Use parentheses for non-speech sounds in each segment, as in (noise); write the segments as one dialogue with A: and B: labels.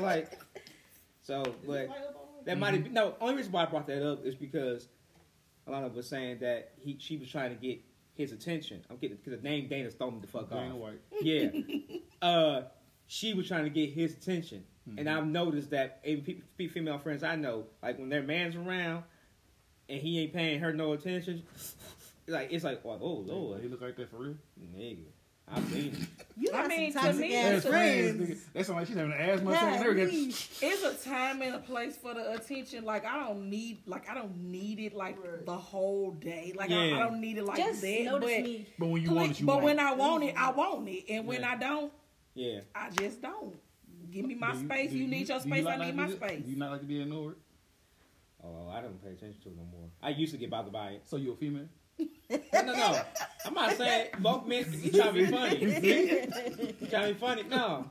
A: like, so, but that might have been, no, only reason why I brought that up is because Alana was saying that he she was trying to get his attention. I'm getting, because the name Dana's throwing me the fuck
B: Dana
A: off.
B: White.
A: Yeah. uh, she was trying to get his attention.
B: Mm-hmm.
A: And I've noticed that even pe- pe- female friends I know, like when their man's around and he ain't paying her no attention, (laughs) like it's like, oh, oh
B: He
A: Lord,
B: look like that for real.
A: nigga. I've seen it.
C: You
D: I
C: got
D: mean,
C: some
D: to
C: toxic
D: me,
C: ass
D: it's
B: That's friends.
C: friends.
B: nigga. That sound like she having an asthma attack and
C: Golly.
B: everything.
D: it's a time and a place for the attention. Like I don't need, like I don't need it, like
C: Right.
D: the whole day. Like I, I
A: Yeah.
D: don't need it like
E: Just
D: that. But
E: notice me.
B: But when you
D: ple-
B: want it, you
D: but
B: want
D: when
B: it.
D: I want it, I want it, and when
A: Yeah.
D: I don't,
A: Yeah.
D: I just don't. Give me my
B: Do
D: space.
B: do
D: You, need your
B: do you
D: space.
B: not
D: I
B: like
D: need my
B: to be-
D: space.
B: Do you not like to be ignored?
A: Oh, I don't pay attention to it no more. I used to get bothered by it.
B: So you a female?
A: No, no, no. I'm not saying both men. You trying to be funny? You trying to be funny? No,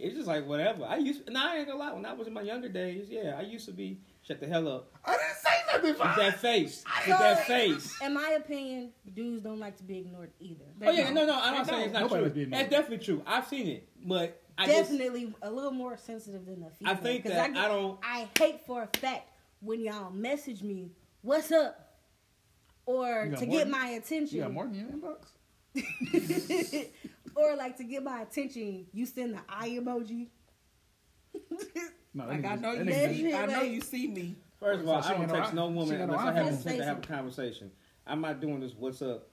A: it's just like whatever. I used. No, I ain't gonna lie. When I was in my younger days, yeah, I used to be shut the hell up.
B: I didn't say nothing.
A: With that face. With that face.
E: In my opinion, dudes don't like to be ignored either.
D: They
A: Oh yeah,
D: don't.
A: no, no. I'm
D: They
A: not saying it's not
B: Nobody
A: true.
B: was being
A: That's
B: ignored.
A: definitely true. I've seen it, but I just-
E: Definitely a little more sensitive than the female.
A: I think
E: 'cause
A: that
E: get-
A: I don't-
E: I hate for a fact when y'all message me, "What's up?" or
B: You got
E: to
B: Martin?
E: get my attention.
B: You got Martin in your inbox?
E: (laughs) or like to get my attention, you send the eye emoji.
B: No,
D: Like I
B: that
D: know
B: nigga just- that nigga
D: you, see,
B: just-
D: I know
E: like-
D: you see me.
A: First of
B: So
A: all,
B: she
A: I don't
B: got no
A: text
B: eye-
A: no
B: she
A: woman
B: got no
A: unless I
B: eye
A: have
E: for
A: a
E: him.
A: intent to have a conversation. I'm not doing this. What's up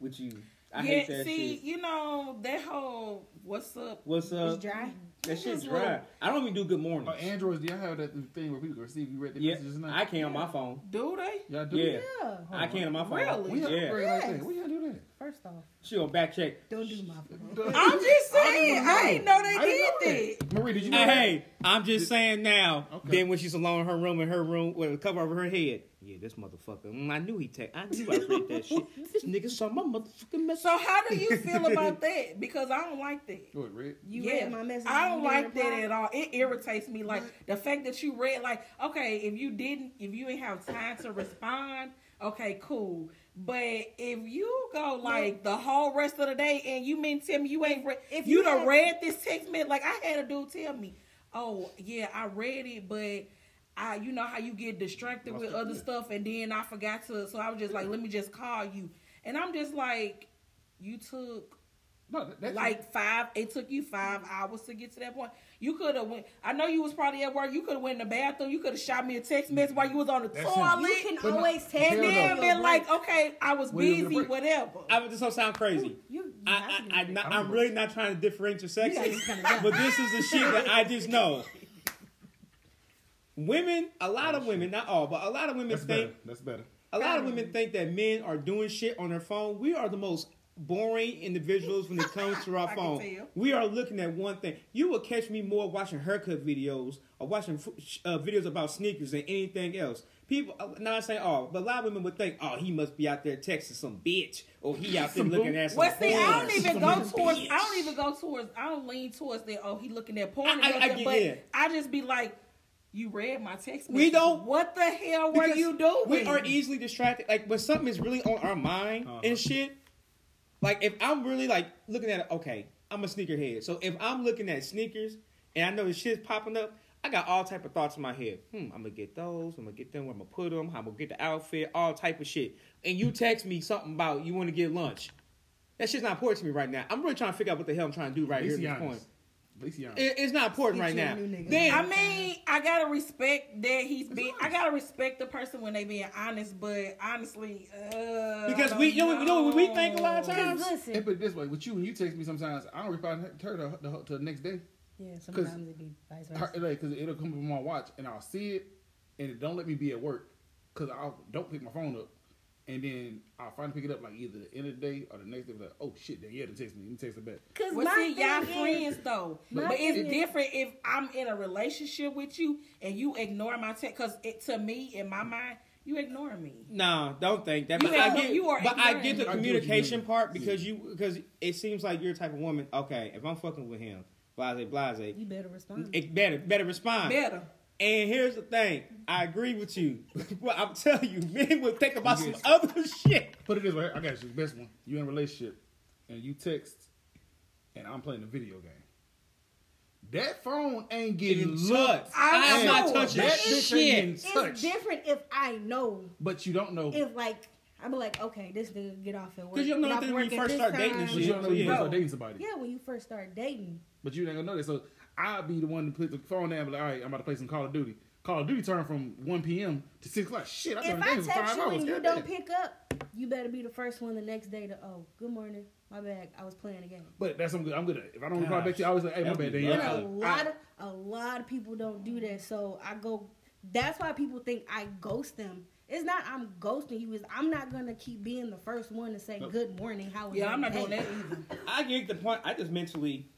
A: with you? I hate
D: yeah,
A: that
D: see,
A: shit.
D: you know that whole what's up?
A: What's
E: It's
A: up?
E: dry.
A: That shit's
D: just wanna-
A: dry. I don't even do good mornings.
B: Oh, Androids, do y'all have that thing where people can receive you read their
A: Yeah,
B: messages now?
A: I can on my phone.
D: Do they?
B: Y'all do
A: Yeah,
B: that?
E: Yeah.
A: I can on my phone.
B: We
D: Really?
B: y'all
A: Yeah,
B: upgrade like
E: Yes.
B: that? We y'all do
E: First off,
A: she gonna back check.
E: don't do my phone.
B: that?
D: I'm just saying. I didn't know they
B: I didn't know
D: did that.
B: Marie, did you know
A: Hey,
B: that?
A: hey, I'm just saying now.
B: Okay.
A: Then when she's alone in her room, in her room with a cover over her head. Yeah, this motherfucker. Mm, I knew he text. I knew I read that shit. (laughs) This nigga saw my motherfucking message.
D: So how do you feel about that? Because I don't like that.
B: What, Red?
E: You
D: yeah,
E: read my message.
D: I
E: you
D: don't
E: didn't
D: like that
E: reply?
D: at all. It irritates me. Like the fact that you read, like, okay, if you didn't, if you didn't have time to respond, okay, cool. But if you go like the whole rest of the day and you mean tell me you ain't read, if
E: If
D: you,
E: you
D: done
E: had-
D: read this text message, like I had a dude tell me, oh yeah, I read it, but. I, you know how you get distracted
B: Lost
D: with
B: it,
D: other
B: yeah.
D: stuff, and then I forgot to. So I was just like, "Let me just call you," and I'm just like, "You took
B: No, that- that's
D: like five it took you five hours to get to that point you could have went i know you was probably at work you could have went in the bathroom you could have shot me a text message while you was on the
B: That's
D: toilet
E: You can
B: But no-
E: always
B: Hell
E: tell
B: no.
D: and then
B: Yo,
D: been like oh, okay i was
B: Wait, wait,
D: busy
B: wait.
D: whatever
A: I was just gonna sound crazy.
E: You, you
A: I, I, I,
E: have to do
A: not,
B: I
A: I'm
B: don't
A: really not trying to differentiate sexes,
E: You gotta-
A: but this is the shit that I just know.
E: (laughs)
A: Women, a lot of women, not all, but a lot of women
B: That's
A: think
B: better. That's better.
A: A lot of women think that men are doing shit on their phone. We are the most boring individuals when it comes to
D: (laughs) I
A: our
D: can
A: phone.
D: tell.
A: We are looking at one thing. You will catch me more watching haircut videos or watching f- sh- uh, videos about sneakers than anything else. People, uh, not saying all, but a lot of women would think, oh, he must be out there texting some bitch, or
D: (laughs)
A: he out there looking at some.
D: well, see, I don't
A: porn.
D: even go towards. I don't even go towards. I don't lean towards that. Oh, he looking at porn. and
A: I- I- I
D: nothing,
A: get
D: but
A: it.
D: I just be like, you read my text.
A: We
D: message.
A: don't-
D: What the hell were
A: Because
D: you doing?
A: We are easily distracted. Like when something is really on our mind
B: Uh-huh.
A: and shit. Like if I'm really like looking at it, okay, I'm a sneakerhead. So if I'm looking at sneakers and I know the shit's popping up, I got all type of thoughts in my head. Hmm, I'm gonna get those. I'm gonna get them. Where I'm gonna put them. I'm gonna get the outfit. All type of shit. And you text me something about you want to get lunch. That shit's not important to me right now. I'm really trying to figure out what the hell I'm trying to do right
B: At least
A: here
B: he
A: at this point.
B: honest. At least he honest.
A: It- it's not important
E: Get
A: right
E: you a
A: now.
E: new nigga.
A: Then
D: I mean, I gotta respect that he's being. I gotta respect the person when they being honest, but honestly, uh,
A: Because
D: I
A: we-
D: don't
A: you know- you know what we think a lot of
E: 'Cause
A: times?
B: Hey,
E: listen,
B: put it this way, with you, when you text me sometimes, I don't respond to her the, the, the next day.
E: yeah, sometimes it be vice
B: Her,
E: versa.
B: like, cause it'll come up on my watch and I'll see it, and it don't let me be at work, cause I don't pick my phone up, and then I'll finally pick it up like either the end of the day or the next day. Like, oh shit, then yeah, to text me, let me text it back.
E: Cause
D: Well,
E: my
D: see, y'all
E: thing is-
D: friends though,
E: My
D: but it's
E: thing is-
D: different if I'm in a relationship with you and you ignore my text. Because it to me, in my mind, you ignore me.
A: No, don't think that.
D: You
A: But I
D: are-
A: get,
D: you are
A: but I
D: ignorant.
A: get the
B: I get what you
A: communication
B: mean.
A: part because you because it seems like you're the type of woman. Okay, if I'm fucking with him, blase blase,
E: You better respond.
A: it better better respond.
D: Better.
A: And here's the thing, I agree with you, (laughs) but I'm telling you, (laughs) men would think about some
B: Yes.
A: other (laughs) shit.
B: Put it this way, I got you the best one. You in a relationship, and you text, and I'm playing a video game. That phone ain't getting
A: Getting
B: looked.
A: touched. I'm
B: at.
A: not touching
B: that bitch ain't
E: It's
B: getting touched.
E: different if I know.
B: But you don't know.
E: If like I'm like, okay, this nigga get off at work.
A: 'Cause you don't know
E: get off
A: nothing when
E: work
A: you
E: at
A: first
E: this
A: start dating and
E: time.
B: but you
A: shit.
B: don't know you
A: Yeah.
B: first start dating somebody.
E: Yeah, when you first start dating.
B: But you ain't gonna know that. So I'll be the one to put the phone down. and be Like, all right, I'm about to play some Call of Duty. Call of Duty turned from 1 p.m. to 6 o'clock. Shit, I
E: If
B: turned
E: I
B: game for
E: text
B: five
E: you
B: hours.
E: and you
B: God
E: don't
B: damn.
E: pick up, you better be the first one the next day to oh, good morning, my bad, I was playing a game.
B: But that's something good. I'm good at. If I don't reply back to you, I always like, hey, my
A: Gosh,
B: bad,
A: that'd be
B: Danielle.
E: And
A: Yeah,
E: a
A: I-
E: lot of a lot of people don't do that. So I go. That's why people think I ghost them. It's not I'm ghosting you. Is I'm not gonna keep being the first one to say good morning. How was
D: Yeah,
E: your
D: I'm not
E: day?
D: doing that either.
A: I get the point. I just mentally,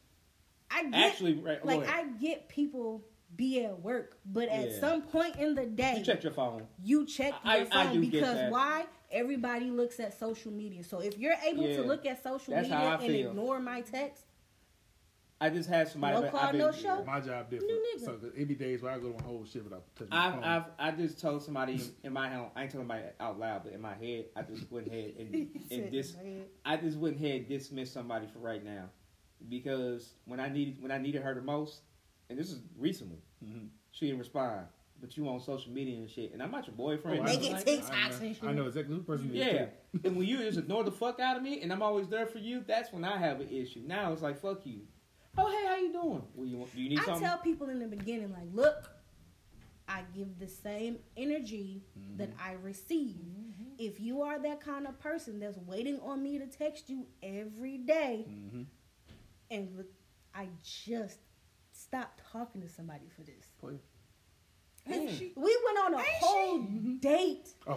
E: I get,
A: actually, right, go
E: like I
A: ahead.
E: get people be at work, but at
A: Yeah.
E: some point in the day,
A: you check your phone.
E: you check
A: I-
E: your
A: I
E: phone
A: do get
E: because
A: that.
E: why? Everybody looks at social media. So if you're able
A: Yeah.
E: to look at social
A: That's how
E: media
A: I
E: and
A: feel.
E: ignore my text,
A: I just had somebody.
E: No
A: that
E: call,
A: I've been-
E: no show?
B: My job different.
E: New nigga.
B: So 'cause it be days where I go to my whole shit without touching my
A: I've,
B: phone.
A: I've, I just told somebody in my head, I ain't telling somebody out loud, but in my head, I just went
B: (laughs)
A: ahead and, and dis, I just went ahead and dismissed somebody for right now, because when I needed when I needed her the most, and this is recently,
B: Mhm.
A: she didn't respond. But you on social media and shit, and I'm not your boyfriend.
B: Oh,
A: nothing
E: They get
A: like that.
E: TikToks
B: I know,
E: and shit.
B: I know exactly who the person is.
A: Yeah.
B: too.
A: and when you just ignore the fuck out of me and I'm always there for you, that's when I have an issue. Now it's like, fuck you. Oh, hey, how you doing? Well, you, want- do you need
E: I
A: something?
E: tell people in the beginning, like, look, I give the same energy that I receive. If you are that kind of person that's waiting on me to text you every day,
B: Mhm.
E: and look, I just stopped talking to somebody for this.
B: Play.
A: Ain't
E: We went on a whole date,
B: Oh,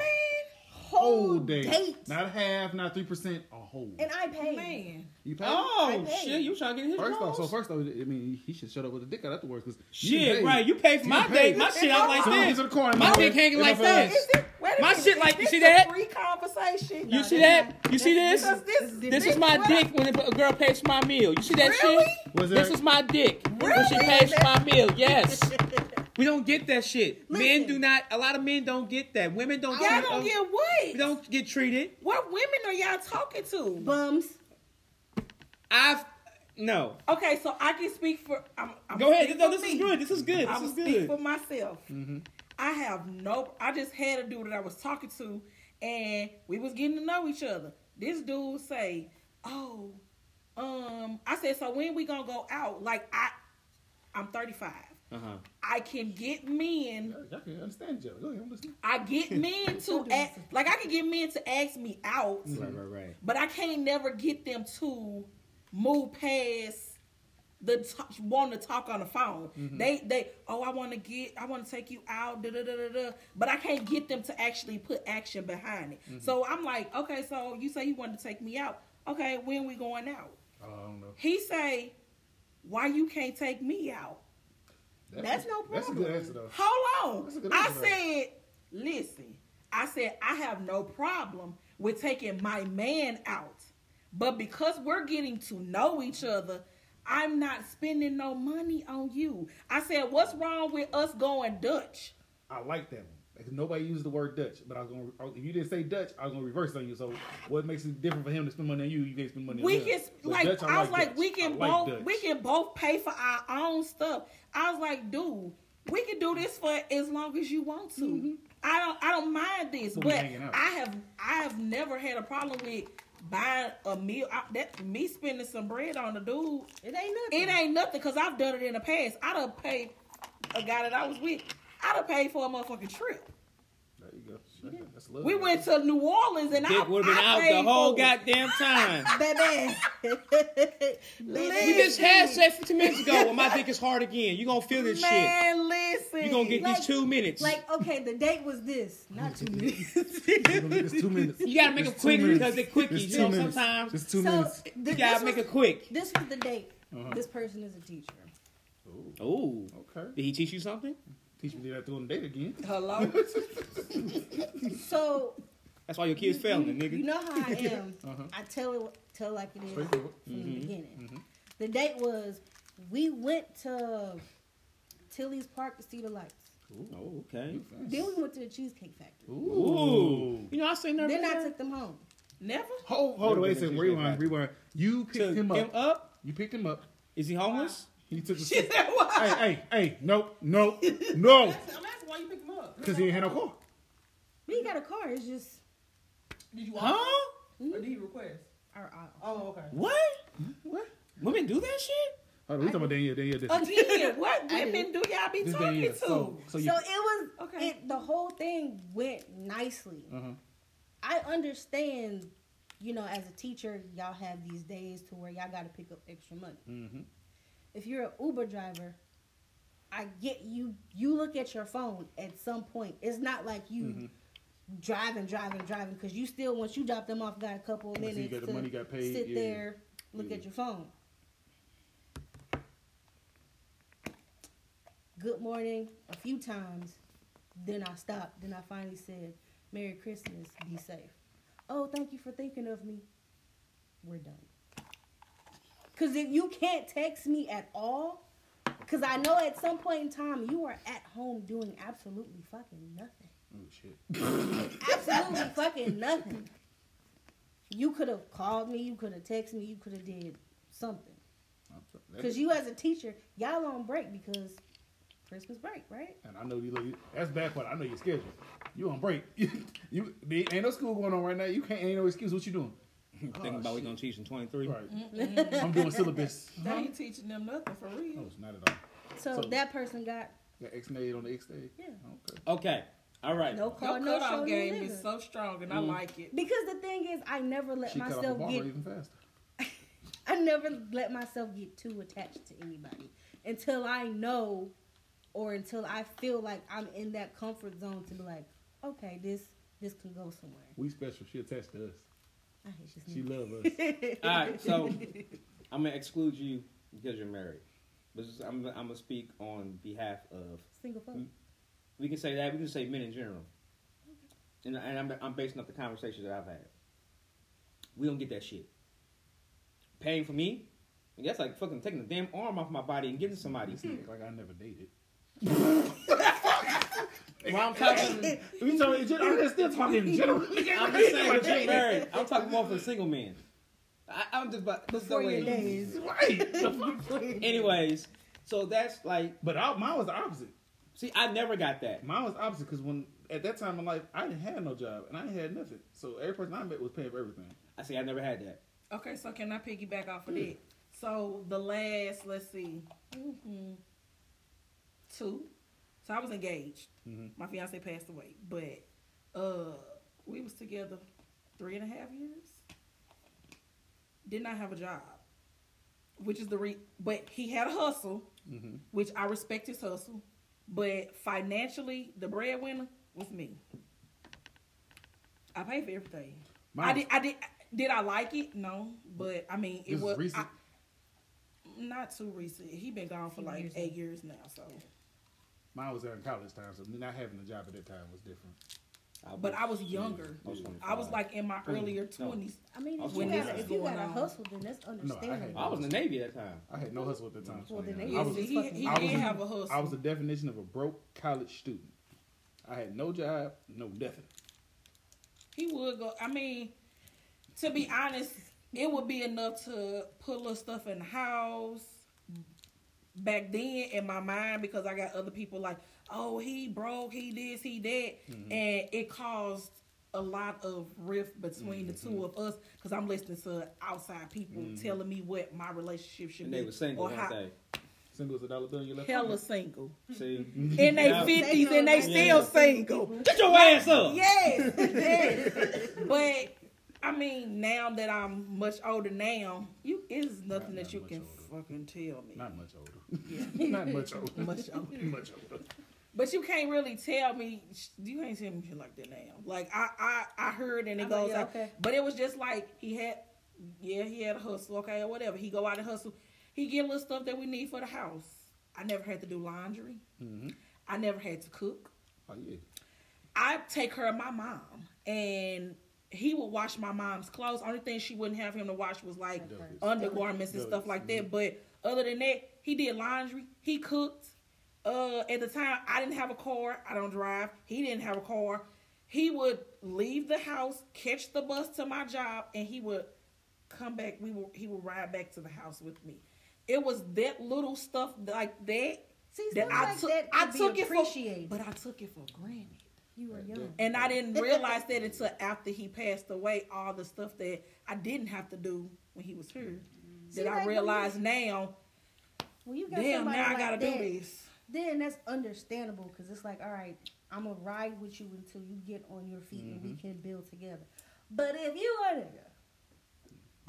E: whole,
B: whole day.
E: date,
B: Not half, not 3%, a whole.
E: and I paid.
D: Man,
B: you paid?
A: oh,
E: I paid.
A: shit, you trying to get his
B: First off, so
A: balls?
B: first off, I mean, he should shut up with the dick out afterwards. Cause you
A: Shit,
B: paid.
A: right. You pay for
B: You
A: my
B: paid.
A: date. My shit out like
B: So you get to
A: this.
B: the corner,
A: My
B: man.
A: dick hanging
B: It's
A: like
B: my phone.
A: this.
D: Wait a
A: My
D: minute.
A: shit like- you
D: This
A: see
D: a
A: that?
D: Free conversation.
A: You
D: No,
A: see
D: that's
A: that? You see this?
D: not- This, is-
A: This is my
D: what
A: dick when a girl pays for my meal. You see that
D: Really?
A: shit?
B: Was
A: this
B: there-
A: is my dick when she
D: Really?
A: pays for my meal.
D: (laughs)
A: Yes. we don't get that shit. Men
E: Listen.
A: do not. A lot of men don't get that. Women don't.
D: I- Y'all
A: treat-
D: don't get
A: We
D: what?
A: don't get treated.
D: What women are y'all talking to?
E: Bums.
A: I've no.
D: Okay, so I can speak for. I'm, I'm
A: Go ahead.
D: speak
A: No,
D: for
A: this is
D: me.
A: good. This is good. This
D: I'm
A: is
D: speak for
A: good. Mm-hmm.
D: myself. I have no. I just had a dude that I was talking to, and we was getting to know each other. This dude say, "Oh, um," I said, "So when we gonna go out?" Like I, I'm 35.
A: Uh-huh.
D: I can get men.
B: Y'all can understand each other. Go ahead, I'm listening.
D: I
A: (laughs)
D: get men to ask. Like I can get men to ask me out,
A: Right, right, right.
D: but I can't never get them to move past the t- want to talk on the phone.
A: Mm-hmm.
D: They they oh I want to get I want to take you out da da da da da. But I can't get them to actually put action behind it.
A: Mm-hmm.
D: So I'm like okay, so you say you wanted to take me out. Okay, when we going out?
B: Oh, I don't know.
D: He say, why you can't take me out?
E: That's no
B: That's a
E: problem.
B: good answer, though.
D: Hold
B: That's a
D: on.
B: good
D: I
B: answer,
D: said, listen, I said, I have no problem with taking my man out. But because we're getting to know each other, I'm not spending no money on you. I said, what's wrong with us going Dutch?
B: I like that one. Because nobody used the word Dutch, but I was going to, if you didn't say Dutch, I was going to reverse it on you. So what makes it different for him to spend money on you? You can't spend money
D: We
B: on
D: can
B: him.
D: sp-
B: But
D: like,
B: Dutch,
D: I was like,
B: Dutch.
D: we can
B: I like
D: both
B: Dutch.
D: we can both pay for our own stuff. I was like, dude, we can do this for as long as you want to.
E: Mm-hmm.
D: I don't I don't mind this,
B: But we
D: but
B: hanging out.
D: I have I have never had a problem with buying a meal. I, that me spending some bread on the dude,
E: It (laughs) ain't nothing.
D: it ain't nothing because I've done it in the past. I'd have paid a guy that I was with. I'd have paid for a motherfucking trip.
B: There you go. That- That's love.
D: We went to New Orleans and I
A: Dick would have been
D: I
A: out
D: paid
A: the whole
D: for it.
A: goddamn time.
D: (laughs)
E: Baby. (laughs)
A: We just had sex 15 minutes ago. Well, my dick is hard again. You gonna feel this shit.
D: Man, listen.
A: You gonna get
E: Like-
A: these two minutes.
E: Like, okay, the date was this, not two minutes.
B: It's two
A: (laughs)
B: minutes.
A: you gotta make it
B: It's two
A: quick
B: minutes.
A: because they're quickies.
B: It's
A: You
B: two
A: know,
B: minutes.
A: sometimes
B: It's two
E: so
B: minutes.
E: th-
A: you
E: this
A: gotta
E: was-
A: make it quick.
E: This was the date.
B: Uh-huh.
E: This person is a teacher.
B: Oh,
A: Oh,
B: okay.
A: did he teach you something?
B: Teach me that doing date again.
D: Hello.
E: (laughs) So
A: That's why your kids failing, nigga.
E: you know how I am.
B: (laughs) Uh-huh.
E: I tell it tell like it is from
B: Straightforward.
E: the beginning.
B: Mm-hmm.
E: The date was we went to Tilly's Park to see the lights.
A: oh, okay.
B: You fancy.
E: Then we went to the Cheesecake Factory.
A: Ooh, you know I say never.
E: Then I
A: been
E: took them home.
D: Never. (laughs)
B: Hold, hold on, wait a
A: Never been
B: second.
A: to Tuesday
B: Rewind,
A: night.
B: rewind. You
A: there.
B: picked him
A: Took
B: up. You picked him up.
A: Is he homeless?
B: He took the
D: She said, "What?"
B: (laughs) Hey, hey, hey, nope, (laughs) nope, no.
D: That's- I'm asking why you picked him up.
B: Because he ain't had no car.
E: But he got a car. It's just
D: Did you offer?
B: Huh?
D: Or did he request?
E: our. our
D: Oh, okay.
A: What?
B: What? Oh,
A: Women do that shit?
B: Hold on, we talking about Danielle, Danielle. This,
D: Again, what
E: I
D: women do y'all be
B: this
D: talking
B: Danielle.
D: to?
B: So,
E: so
B: so
E: it
B: you,
E: was
D: Okay.
E: It, the whole thing went nicely.
B: uh-huh.
E: I understand, you know, as a teacher, y'all have these days to where y'all got to pick up extra money.
B: Mhm.
E: If you're an Uber driver, I get you. You look at your phone at some point. It's not like you
B: Mm-hmm.
E: driving, driving, driving, because you still once you drop them off, got a couple of
B: Unless you
E: minutes
B: got the
E: to
B: money, got paid,
E: sit
B: yeah.
E: there, look
B: Yeah.
E: at your phone. Good morning, a few times. Then I stopped. Then I finally said, "Merry Christmas. Be safe." Oh, thank you for thinking of me. We're done. Cause if you can't text me at all, cause I know at some point in time you are at home doing absolutely fucking nothing
B: Oh, shit.
E: absolutely fucking nothing. You could have called me, you could have texted me, you could have did something.
B: I'm sorry. That's-
E: Cause you as a teacher, y'all on break because Christmas break, right?
B: And I know you look. That's bad part. I know your schedule. You on break. (laughs) you there ain't no school going on right now. You can't ain't no excuse. What you doing?
A: Thinking about we gonna teach in 23.
B: Right. I'm doing (laughs) syllabus.
D: They ain't teaching them nothing for
B: No,
D: real.
B: it's not at all.
E: So,
B: So-
E: that person got
B: Got X nade on the X day.
E: Yeah.
B: Okay.
A: Okay. All right.
E: no
D: Your
E: call, no show,
D: cutoff
E: no
D: game
E: nigga. Mm.
D: is so strong, and I like it.
E: because the thing is, I never let
B: She cut off a
E: myself
B: bar
E: get,
B: even faster.
E: I never let myself get too attached to anybody until I know, or until I feel like I'm in that comfort zone to be like, okay, this this can go somewhere.
B: We special. She attached to us.
E: I hate this
B: She
E: nigga.
B: love (laughs) us.
A: All right. So (laughs) I'm gonna exclude you because you're married. But just- I'm, I'm gonna speak on behalf of.
E: single fuck.
B: Mm.
A: We can say that. We can say men in general. And, and I'm, I'm basing up the conversations that I've had. We don't get that shit. Paying for me, that's like fucking taking the damn arm off my body and getting somebody.
B: This nigga like I never dated.
A: Well, I'm talking.
B: You talking? in gen- I'm just still talking in general. (laughs)
A: I'm just saying, but you're married. I'm talking more for single men. I, I'm just about. This is the
E: For your
A: way-
E: days.
B: Right. The fuck?
A: Anyways, so that's like.
B: But I, mine was the opposite.
A: See, I never got that.
B: Mine was opposite because when at that time in life I didn't have no job and I didn't had nothing. So every person I met was paying for everything.
A: I see, I never had that.
D: Okay, so can I piggyback off of that? So the last, let's see, hmm two. So I was engaged.
B: Mhm.
D: My fiance passed away, but uh, we was together three and a half years. Did not have a job, which is the re. But he had a hustle,
B: Mm-hmm.
D: which I respect his hustle. But financially, the breadwinner was me. I paid for everything. I did. I did. Did I like it? No, but I mean, it
B: This is
D: was
B: recent?
D: I- not too recent. He been gone for
E: Few
D: like
E: years
D: eight years now. So,
B: Mine was in college time, so not having a job at that time was different.
D: but I was younger.
A: I was 25.
D: I was like in my earlier twenties.
E: I mean, if
A: Also,
E: you,
A: when
E: got,
A: this
E: if
A: is
E: you
D: going
E: got a
D: on-
E: hustle, then that's understandable.
A: I was in the Navy at that time.
B: I had no hustle at the time.
E: Well, then
B: I
E: they-
D: Yeah,
B: was,
D: see, he
E: fucking-
D: he
B: I was
D: did
B: in-
D: have a hustle.
B: I was the definition of a broke college student. I had no job, no nothing.
D: he would go. I mean, to be honest, it would be enough to put little stuff in the house. Back then, in my mind, because I got other people like, oh, he broke, he this, he that,
A: Mm-hmm.
D: and it caused a lot of rift between the two of
A: Mm-hmm.
D: us. Because I'm listening to outside people telling me what my relationship should
A: And
D: be,
A: they were single,
D: or how
A: weren't
B: Single as a dollar bill in your left
D: hella
B: pocket.
D: single
A: they? See?
D: (laughs) in
A: Yeah.
D: their fifties, and they
A: Yeah.
D: still single.
A: Get your ass up!
D: Yes, yes.
E: (laughs)
D: but I mean, now that I'm much older, now you is nothing
B: Not-
D: that you
B: not
D: can
B: much older.
D: fucking tell me.
B: Not much older. (laughs) not much older.
D: (laughs) Much older.
B: much older.
D: But you can't really tell me. sh- You ain't tell me shit like that now. Like I, I, I heard and it
E: I'm like,
D: goes
E: yeah,
D: like,
E: okay.
D: but it was just like he had, yeah, he had a hustle, okay, or whatever. He go out and hustle. He get little stuff that we need for the house. I never had to do laundry.
B: Mhm.
D: I never had to cook.
B: Oh yeah.
D: I take her and my mom, and he would wash my mom's clothes. Only thing she wouldn't have him to wash was like
B: Delicacies.
D: undergarments and stuff like that. But other than that, he did laundry. He cooked. Uh, at the time, I didn't have a car. I don't drive. He didn't have a car. He would leave the house, catch the bus to my job, and he would come back. We would he would ride back to the house with me, It was that little stuff like that
E: See,
D: that
E: stuff
D: I
E: like
D: took.
E: that
D: I
E: could
D: took
E: be
D: it for,
E: appreciated.
D: but I took it for granted.
E: You were young.
D: And
E: (laughs)
D: I didn't realize that until after he passed away, all the stuff that I didn't have to do when he was here.
E: Mm-hmm. See,
D: that
E: like,
D: I
E: when you-
D: realize now,
E: When you got
D: damn,
E: somebody
D: now I
E: like
D: gotta
E: that,
D: do
E: (laughs)
D: this.
E: Then that's understandable because it's like, all right, I'm gonna ride with you until you get on your feet and
D: Mm-hmm.
E: we can build together. But if you are there,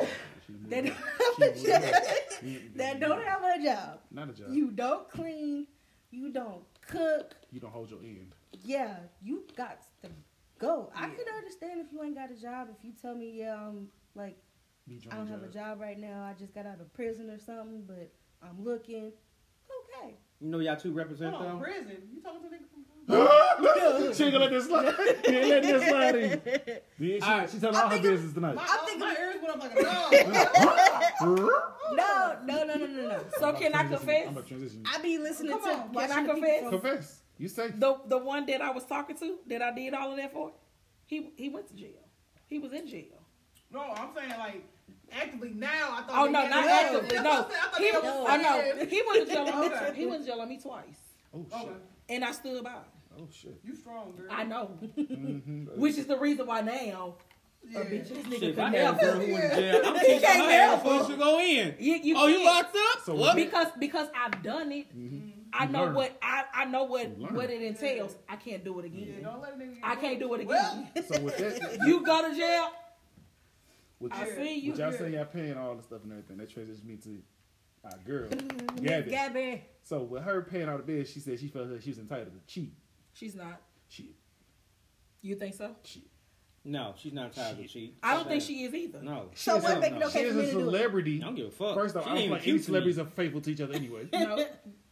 B: She moved
E: that
B: on.
E: don't have a
B: She
E: job,
B: moved on.
E: that don't have a job,
B: Not a job. You,
E: you don't clean, you don't cook,
B: don't hold your end.
E: yeah, you got to go. I
D: Yeah.
E: could understand if you ain't got a job. If you tell me, yeah, I'm like
B: You
E: I don't have a job right now. I just got out of prison or something, but I'm looking. Okay.
A: You know y'all two represent
C: Hold on,
A: though.
C: prison. You talking to niggas from
B: (laughs)
C: prison?
B: she ain't gonna let this slide. She ain't letting this slide in. Yeah, she,
A: Alright.
B: she telling all her
E: think I'm-
B: business tonight.
C: My,
E: I'm thinking-
C: my ears went up like
D: (laughs)
C: a dog.
E: No, no, no, no, no, no.
D: So can I
B: I'm about to
D: confess?
B: transition. I'm about to transition.
E: I be listening
C: Come
E: to
C: on,
E: watching
D: can I
E: the people
D: confess?
E: from-
B: Confess. You say.
D: The the one that I was talking to that I did all of that for, he he went to jail. He was in jail.
C: no, I'm saying like actively now. I thought.
D: Oh
C: they
D: no,
C: had
D: not
C: it.
D: actively.
E: (laughs)
C: That's
D: No,
C: what I'm
D: he
C: saying.
D: was.
C: I
D: Oh no,
C: thought
D: he went to jail. on
C: Okay.
D: me- He went to jail on me twice,
B: Oh
C: no.
B: shit.
C: Okay.
D: and I stood by. him.
B: Oh (laughs) shit.
C: You strong, girl.
D: I know, (laughs)
B: Mhm. (laughs)
D: which is the reason why now
C: yeah.
D: a bitch this
A: Shit,
D: nigga
A: if I
D: could
A: had a girl
D: never.
A: who was in (laughs) jail, I'm
D: He
A: kicking her
D: can't
A: ass
D: help
A: before she go in.
D: You, you
A: oh, you
D: can't.
A: locked up?
B: So
A: what?
D: because because I've done it. I
B: You
D: know
B: learn.
D: what I, I know what
B: You learn.
D: what it entails. I can't do it
C: Yeah,
D: again.
C: don't let a nigga. get
D: I can't do it again.
C: Well,
B: So with that,
D: You go to jail.
B: with
D: I
B: you,
D: see you.
B: with y'all saying y'all paying all the stuff and everything, that transitions me to our girl, (laughs) Gabby.
E: Gabby.
B: So with her paying all the bills, she said she felt like she was entitled to cheat.
D: She's not.
B: Cheat.
D: You think so?
B: Cheat.
A: No, she's not tired to cheat.
D: I don't think she is either.
A: No.
E: So
B: She's
E: what
B: a-
E: make it
A: no.
E: okay for
B: She is
E: me
B: a
E: to do it?
A: I
B: celebrity.
A: don't give a fuck.
B: First off,
A: she
B: I don't
A: ain't
B: like
A: cute
B: any
A: to me.
B: celebrities are faithful to each other anyway.
D: No, (laughs)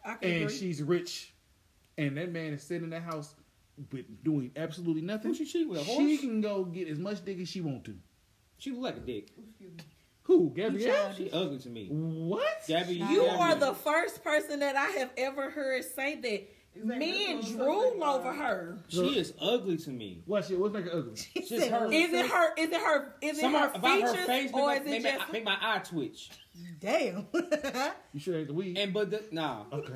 D: I can
B: and
D: agree.
B: she's rich, and that man is sitting in that house with doing absolutely nothing.
A: Who she cheat with? A
B: She
A: horse?
B: can go get as much dick as she want to.
A: She look like a dick.
C: excuse me.
B: Who? Gabrielle?
A: She ugly to me.
B: What?
A: Gabby,
D: you
A: Gabby-
D: are the first person that I have ever heard say that
C: It's like
D: men
C: that's what I'm
D: drool
C: talking
D: over
C: about.
D: her.
A: She is ugly to me.
B: What's it? What's making ugly?
D: (laughs)
A: Just her.
D: Is it her? Is it her? Is it
A: Something
D: her
A: about
D: features
A: her face make,
D: or
A: my,
D: is it
A: make, my,
D: just?
A: make my eye twitch.
E: Damn.
B: You sure it ain't the weed?
A: And but the, nah,
B: okay.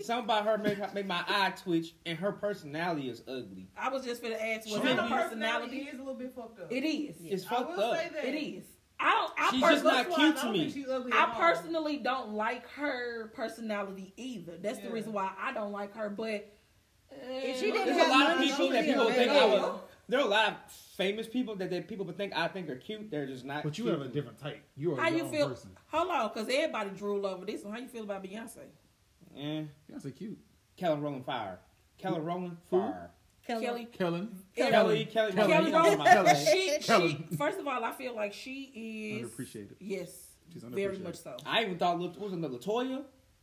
A: something about her make her- make my eye twitch, and her personality is ugly.
D: (laughs) I was just gonna ask. Was
A: She-
D: it
C: Her
D: her
C: personality
D: personality?
C: is a little bit fucked up.
D: It is.
A: It's
C: I
A: fucked
C: will
A: up.
C: say that
D: It is. I don't. I
A: She's just
D: personally-
A: not
C: That's why
A: cute
C: I
A: to
C: don't
A: me.
C: think she's ugly
D: I
C: at all.
D: personally don't like her personality either. That's the
C: Yeah.
D: reason why I don't like her. But
E: If she
D: eh,
E: didn't
A: There's
E: have
A: a lot of
E: money,
A: people
E: she'd
A: that
E: be a
A: people think
E: bad
A: I
E: girl.
A: would. There are a lot of famous people that, that people would think I think are cute. They're just not.
B: But you
A: cute.
B: have a different type. You are
D: how
B: your
D: you
B: own
D: feel?
B: person.
D: Hold on, because everybody drool over this one. How you feel about Beyonce?
A: Eh.
B: Y'all say cute.
A: Kelly Rowland fire. Kelly Rowland fire.
B: Kellen.
D: Kelly.
A: Kelly. Kelly.
B: Kelly.
A: Kelly.
D: Kelly
A: Kelly.
D: Rowland.
A: Kelly.
D: She,
B: Kelly.
D: she. First of all, I feel like she is
B: Underappreciated.
D: Yes,
B: She's
D: very
B: underappreciated.
D: much so.
A: I even thought Lat- what was another Latoya.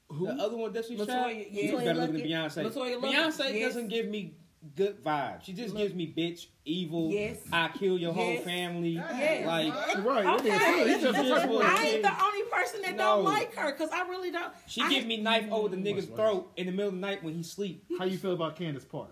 B: Who?
A: The other one that she shot.
D: Latoya,
A: She's
D: yeah.
A: better
E: Latoya
A: looking than Beyonce.
D: Latoya Luckett,
A: Beyonce
D: yes.
A: doesn't give me good vibes. She just gives me bitch, evil.
D: Yes.
A: I kill your whole
D: Yes.
A: family.
D: Yes.
A: Like
B: uh, right. that nigga
D: Okay.
B: said
A: (laughs)
B: He's just a type of
A: Well,
D: I
A: she-
D: ain't the only person that don't
A: No.
D: like her because I really don't.
A: she
D: I-
A: give me knife over the nigga's
B: What's wrong?
A: throat in the middle of the night when he sleep.
B: How you feel about Candace Park?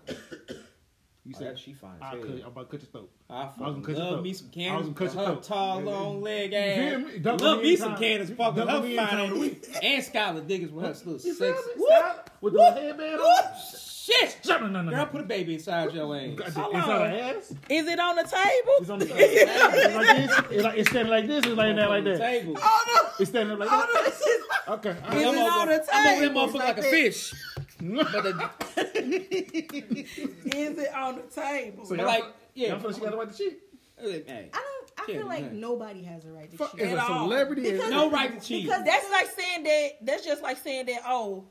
B: You
A: Oh,
B: said
A: that she fine. as
B: I
A: hell.
B: cut, I'm about to cut your throat.
A: I
B: gonna
A: fucking
B: cut your
A: love
B: throat.
A: me some
B: I was
A: Candace.
B: gonna cut
A: for
B: your
A: her
B: throat.
A: tall,
B: Yeah, yeah.
A: long leg
B: hear
A: ass.
B: me? Double
A: love
B: me
A: me
B: in
A: some
B: time.
A: Candace. Fucking
B: Double
A: her
B: me in
A: fine
B: time.
A: ass. And Skylar Diggins with her little sexy.
B: You feel me? Style? With the headband on?
A: Shit.
B: Shut- no, no, no,
A: Girl,
B: no.
A: put a baby inside your ass.
B: Got
D: Hold
B: the- inside
D: on.
B: her ass?
D: Is it on the
B: It's
D: table?
B: on the side. It's like this. It's, like, it's standing like this. It's laying down like
A: On the
B: that.
A: Table.
D: Oh
B: It's standing up like
D: no!
B: that.
D: Oh no!
B: Okay. all
D: Is
B: right.
D: it on the
A: I'm
D: table?
A: over that motherfucker like a fish. But, the,
D: Is it on the table?
B: So
A: but (laughs)
B: y'all
A: like,
B: feel-
A: yeah.
B: Y'all feel she got the right to cheat?
A: hey,
E: I don't. I
A: Kelly,
E: feel like
A: man.
E: nobody has a right to
B: Fuck,
E: cheat.
B: If
D: At
B: a
D: all.
B: celebrity is.
E: Because-
A: no right to cheat.
E: Because
D: That's like saying that. That's just like saying that. Oh,